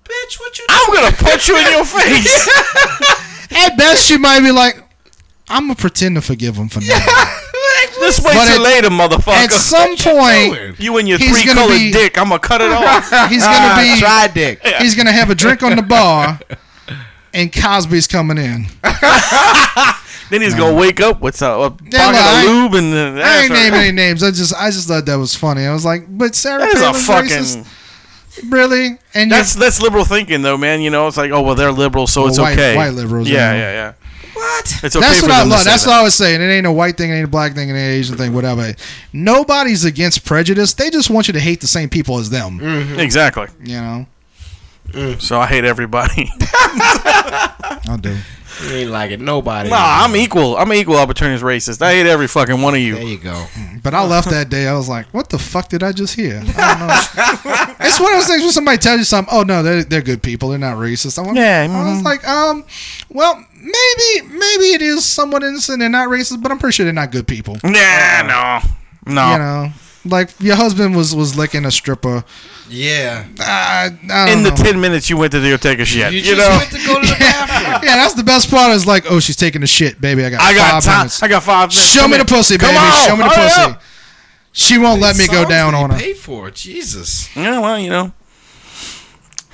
S10: bitch, what you
S5: I'm gonna punch you in your face.
S7: at best, you might be like, I'm gonna pretend to forgive him for now.
S5: This way
S7: But
S5: too
S7: at-
S5: late,
S7: At
S5: motherfucker.
S7: some point,
S5: You and your
S7: he's
S5: three
S7: gonna
S5: colored
S7: be-
S5: dick. I'm gonna cut it off.
S7: he's gonna be
S10: Try dick.
S7: he's gonna have a drink on the bar, and Cosby's coming in.
S5: Then he's gonna wake up with some a
S7: Yeah,
S5: pocket
S7: no, I-
S5: of lube and then
S7: I
S5: that's
S7: ain't
S5: her.
S7: naming any names. I just I just thought that was funny. I was like, but Sarah
S5: That is a
S7: Palin's
S5: fucking.
S7: fucking racist, really? And
S5: That's that's liberal thinking though, man. You know, it's like, oh well, they're liberal, so
S7: Well,
S5: it's
S7: white-
S5: okay.
S7: white liberals,
S5: Yeah,
S7: yeah.
S5: yeah, yeah.
S10: What?
S5: It's
S7: you're,
S5: okay
S7: that's
S5: for
S7: what I
S5: them to
S7: love.
S5: say
S7: That's
S5: that.
S7: what I was saying. It ain't a white thing. It ain't a black thing. It ain't an Asian thing. Whatever. Nobody's against prejudice. They just want you to hate the same people as them.
S5: Mm. exactly.
S7: You know.
S5: So I hate everybody.
S7: I do.
S10: You ain't like it. Nobody.
S5: nah, I'm equal. I'm an equal opportunity racist. I hate every fucking one of
S10: There
S5: you.
S10: you go.
S7: But I left that day. I was like, what the fuck did I just hear? I don't know. it's one of those things when somebody tells you something. Oh no, they're, they're good people. They're not racist. I'm like,
S5: Yeah,
S7: I was
S5: mhm.
S7: like, um, well, maybe maybe it is somewhat innocent and not racist, but I'm pretty sure they're not good people.
S5: Nah, no, no.
S7: You know, like your husband was was licking a stripper.
S10: Yeah.
S7: I, I don't
S5: Uh, In the
S7: know.
S5: ten minutes you went to go take a shit, you, know.
S10: went to go to the bathroom.
S7: yeah, that's the best part. Is like, oh, she's taking a shit, baby. I got.
S5: I got
S7: five
S5: time.
S7: minutes.
S5: I got five minutes.
S7: Show
S5: Come
S7: me the
S5: here.
S7: pussy,
S5: Come
S7: baby.
S5: on,
S7: Show me the
S5: hurry
S7: pussy.
S5: up.
S7: She won't let me go down on her.
S10: Pay for it. Jesus.
S5: Yeah, well, you know,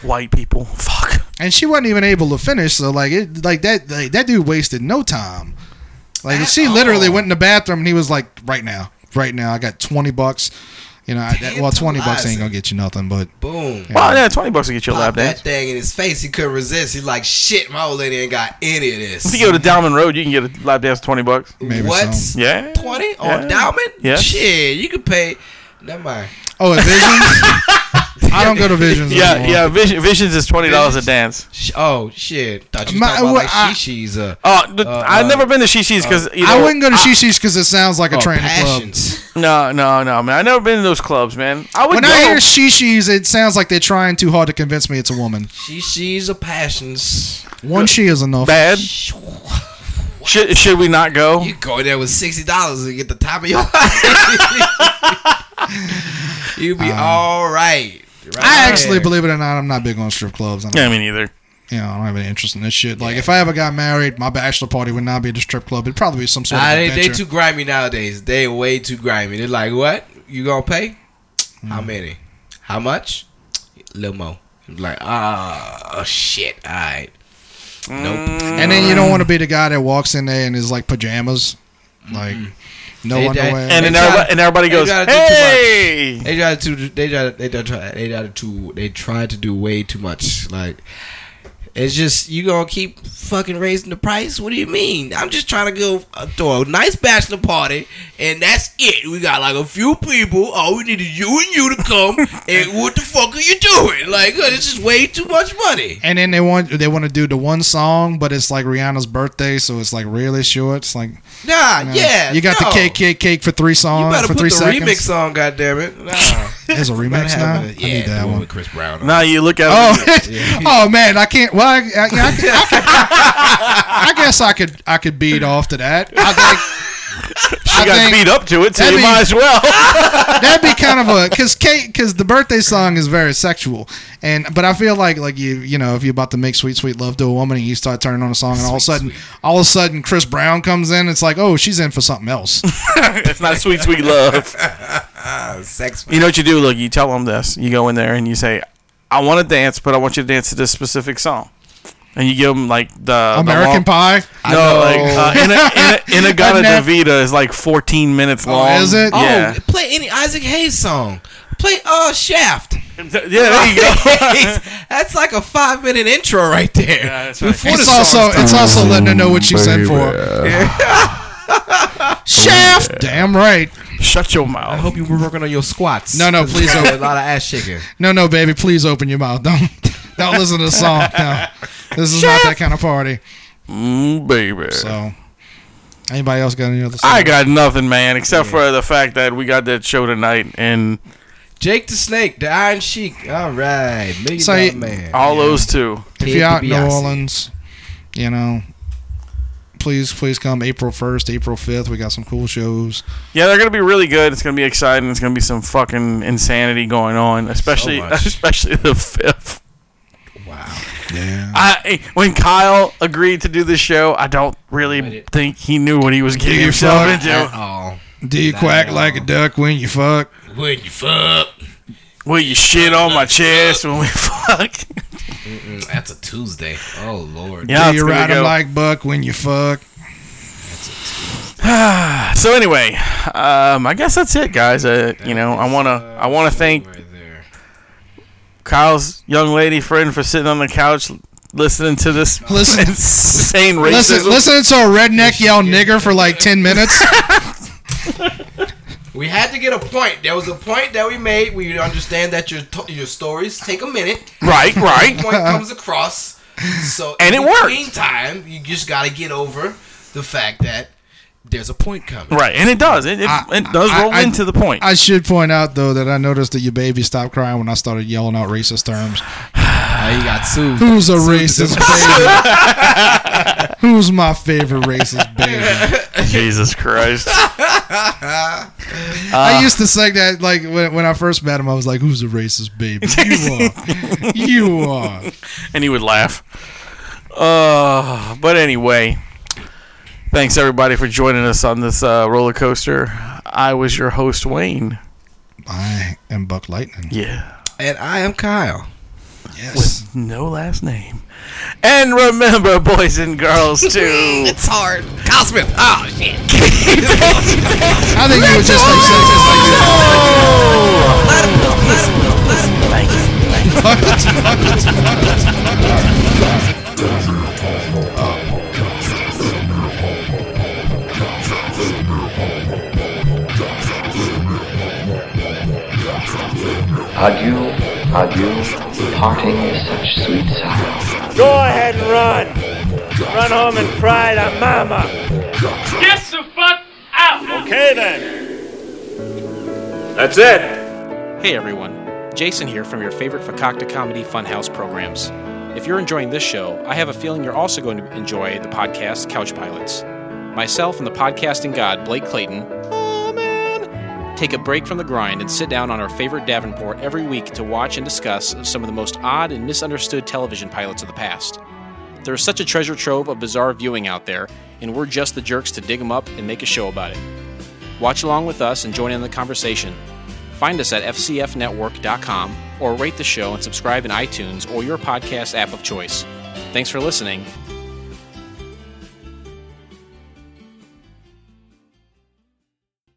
S5: white people. Fuck.
S7: and she wasn't even able to finish. So like it, like that, like, that dude wasted no time. Like she literally went in the bathroom and he was like, "Right now, right now, I got twenty bucks." You know, I, that, well, twenty bucks ain't gonna get you nothing, but
S10: Boom.
S5: Well, yeah, twenty bucks to get you a lap
S10: Pop that
S5: dance.
S10: thing in his face. He couldn't resist. He's like, shit, my old lady ain't got any of
S5: If
S10: this.
S5: you go to Diamond Road, you can get a lap dance for twenty bucks.
S7: maybe
S10: what?
S7: so.
S5: Yeah.
S10: 20 on
S5: Yeah.
S10: Diamond?
S5: Yeah.
S10: Shit, you could pay. Never mind.
S7: Oh, at Visions. I don't go to Visions.
S5: Yeah,
S7: anymore.
S5: yeah. Vision, Visions is twenty dollars a
S10: Visions?
S5: dance.
S10: Sh- Oh, shit. Thought you
S7: My-
S10: were talking about
S7: well,
S10: like
S7: I-
S10: Shishi's uh,
S5: Oh, th-
S10: Uh,
S5: I've
S10: uh,
S5: never been to Shishi's because you know.
S7: I wouldn't go to Shishi's because it sounds like a
S10: oh,
S7: training club.
S10: passions.
S5: No, no, no, man. I've never been to those clubs, man. I would
S7: When
S5: go.
S7: I hear Shishi's, it sounds like they're trying too hard to convince me it's a woman.
S10: Shishi's a passions.
S7: One she is enough.
S5: bad. Should should we not go?
S10: You go there with sixty dollars and get the top of your life. you be all right. right
S7: Uh, I actually,
S10: there.
S7: believe it or not, I'm not big on strip clubs. I don't
S5: Yeah, me neither.
S7: you know, I don't have any interest in this shit. Like, if I ever got married, my bachelor party would not be at a strip club. It'd probably be some sort
S10: Nah,
S7: of
S10: they, they
S7: adventure.
S10: too grimy nowadays. They way too grimy. They're like, what? You gonna pay? How many? How much? Little more. I'm like, ah, shit. All right. Nope.
S5: Mm.
S7: and then you
S10: Mm.
S7: don't want to be the guy that walks in there in his like pajamas, like no
S10: Mm-hmm. They- they-
S7: underwear.
S5: And
S10: They
S5: then
S10: try-
S5: everybody, and everybody
S10: they
S5: goes,
S10: try to do too much.
S5: "Hey!"
S10: They tried to. They tried. They tried. They tried to. They tried to do way too much. Like it's just you gonna keep fucking raising the price. What do you mean? I'm just trying to go uh, throw a nice bachelor party, and that's it. We got like a few people. All we need is you and you to come. and what the fuck are you doing? Like uh, this is way too much money.
S7: and then they want they want to do the one song, but it's like Rihanna's birthday, so it's like really short. It's like
S10: Nah,
S7: you know,
S10: yeah,
S7: you got
S10: no.
S7: the cake, cake, cake for three
S10: You
S7: songs
S10: better
S7: for
S10: put
S7: three
S10: the
S7: seconds.
S10: remix on. Goddamn it. Nah,
S7: There's a
S10: Better
S7: remix now.
S10: have it.
S7: I need
S10: the
S7: that
S10: one
S7: one.
S10: with Chris Brown. on it.
S5: Now you look at
S7: Oh,
S5: him.
S7: oh man, I can't. Well, I, I, yeah, I, could- I, could- I guess I could. I could beat off to that. I think
S5: She
S7: I
S5: got
S7: think
S5: beat up to it, so you
S7: that'd be-
S5: might as well.
S7: that'd be kind of a because Kate because the birthday song is very sexual and but I feel like like you you know if you're about to make sweet sweet love to a woman and you start turning on a song and all of a sudden all of a sudden Chris Brown comes in it's like oh she's in for something else
S5: It's not sweet, sweet love.
S10: Sex.
S5: You know what you do? Look, you tell them this. You go in there and you say, "I want to dance, but I want you to dance to this specific song." And you give them like the the
S7: American
S5: long-
S7: Pie
S5: No, like uh, in a, in a, in a Gana
S7: Isn't that-
S5: Davida is like 14 minutes long.
S7: is it?
S10: Oh,
S5: Yeah.
S10: play any Isaac Hayes song. Play uh Shaft.
S5: yeah, there you go.
S10: that's like a five minute intro right there.
S5: that's right.
S10: Before
S7: it's
S10: the
S7: also
S10: song starts.
S7: it's also letting her know what she's in for Shaft damn right
S5: Shut your
S10: I
S5: mouth.
S10: hope you were working on your squats.
S7: No, no, please
S10: There's
S7: don't.
S10: A lot of ass shaking.
S7: no no baby please open your mouth don't don't listen to the song no this is not that kind of party
S5: Mm, baby.
S7: So, anybody else got any other?
S5: I got nothing, man, except for the fact that we got that show tonight and
S6: Jake the Snake, the Iron Sheik. All right, Million
S7: So
S6: Dollar
S7: you-
S6: Man.
S5: all those two.
S7: if
S6: Ted
S7: you're out in New
S6: DiBiase.
S7: Orleans, you know, please, please come April 1st, April 5th. We got some cool shows.
S5: Yeah, they're gonna be really good. It's gonna be exciting. It's gonna be some fucking insanity going on, especially
S6: much.
S5: especially the fifth.
S7: Yeah.
S5: I when Kyle agreed to do this show, I don't really think he knew what he was getting
S7: Dude,
S5: himself
S7: fuck.
S5: into.
S6: At all.
S7: Do you quack like a duck when you fuck?
S6: When you fuck.
S5: Will you shit on my chest when we fuck?
S6: Mm, That's a Tuesday. Oh Lord.
S5: Yeah,
S7: Do
S5: it's
S7: you
S5: gonna
S7: ride
S5: go.
S7: him like buck when you fuck?
S5: so anyway, um, I guess that's it, guys. Uh, you know, I
S7: uh,
S5: wanna I wanna thank
S6: Right there.
S5: Kyle's young lady friend for sitting on the couch listening to this
S7: Listen-
S5: insane racism.
S7: Listen, listening to a redneck yell nigger for like 10 minutes.
S6: We had to get a point. There was a point that we made. We understand that your to- your stories take a minute.
S5: Right, right.
S6: Point
S7: Uh-huh.
S6: comes across. So
S5: And
S6: in
S5: it worked.
S6: Meantime, you just got to get over the fact that there's a point coming.
S5: Right, and it does. It, it,
S7: I-
S5: it does
S7: I-
S5: roll
S7: I-
S5: into the point.
S7: I should point out, though, that I noticed that your baby stopped crying when I started yelling out racist terms.
S6: Now you got sued.
S7: Who's a racist baby? Who's my favorite racist baby?
S5: Jesus Christ.
S7: I used to say that like when, when I first met him, I was like, "Who's a racist baby? You are, you are."
S5: and he would laugh. Uh, but anyway, thanks everybody for joining us on this uh, roller coaster. I was your host, Wayne.
S7: I am Buck Lightning.
S5: Yeah.
S6: And I am Kyle.
S7: Yes.
S5: No last name. And remember, boys and girls, too.
S6: It's hard. Kyle Smith. Oh shit.
S7: I think you were just like saying this like
S9: Adieu, adieu, parting is such sweet sorrow.
S11: Go ahead and run. Run home and cry to mama. Get the fuck out. Okay then. That's it.
S10: Hey everyone, Jason here from your favorite Fakakta Comedy Funhouse programs. If you're enjoying this show, I have a feeling you're also going to enjoy the podcast Couch Pilots. Myself and the podcasting god Blake Clayton oh, man, take a break from the grind and sit down on our favorite Davenport every week to watch and discuss some of the most odd and misunderstood television pilots of the past. There is such a treasure trove of bizarre viewing out there, and we're just the jerks to dig them up and make a show about it. Watch along with us and join in the conversation. Find us at fcfnetwork.com or rate the show and subscribe in iTunes or your podcast app of choice. Thanks for listening,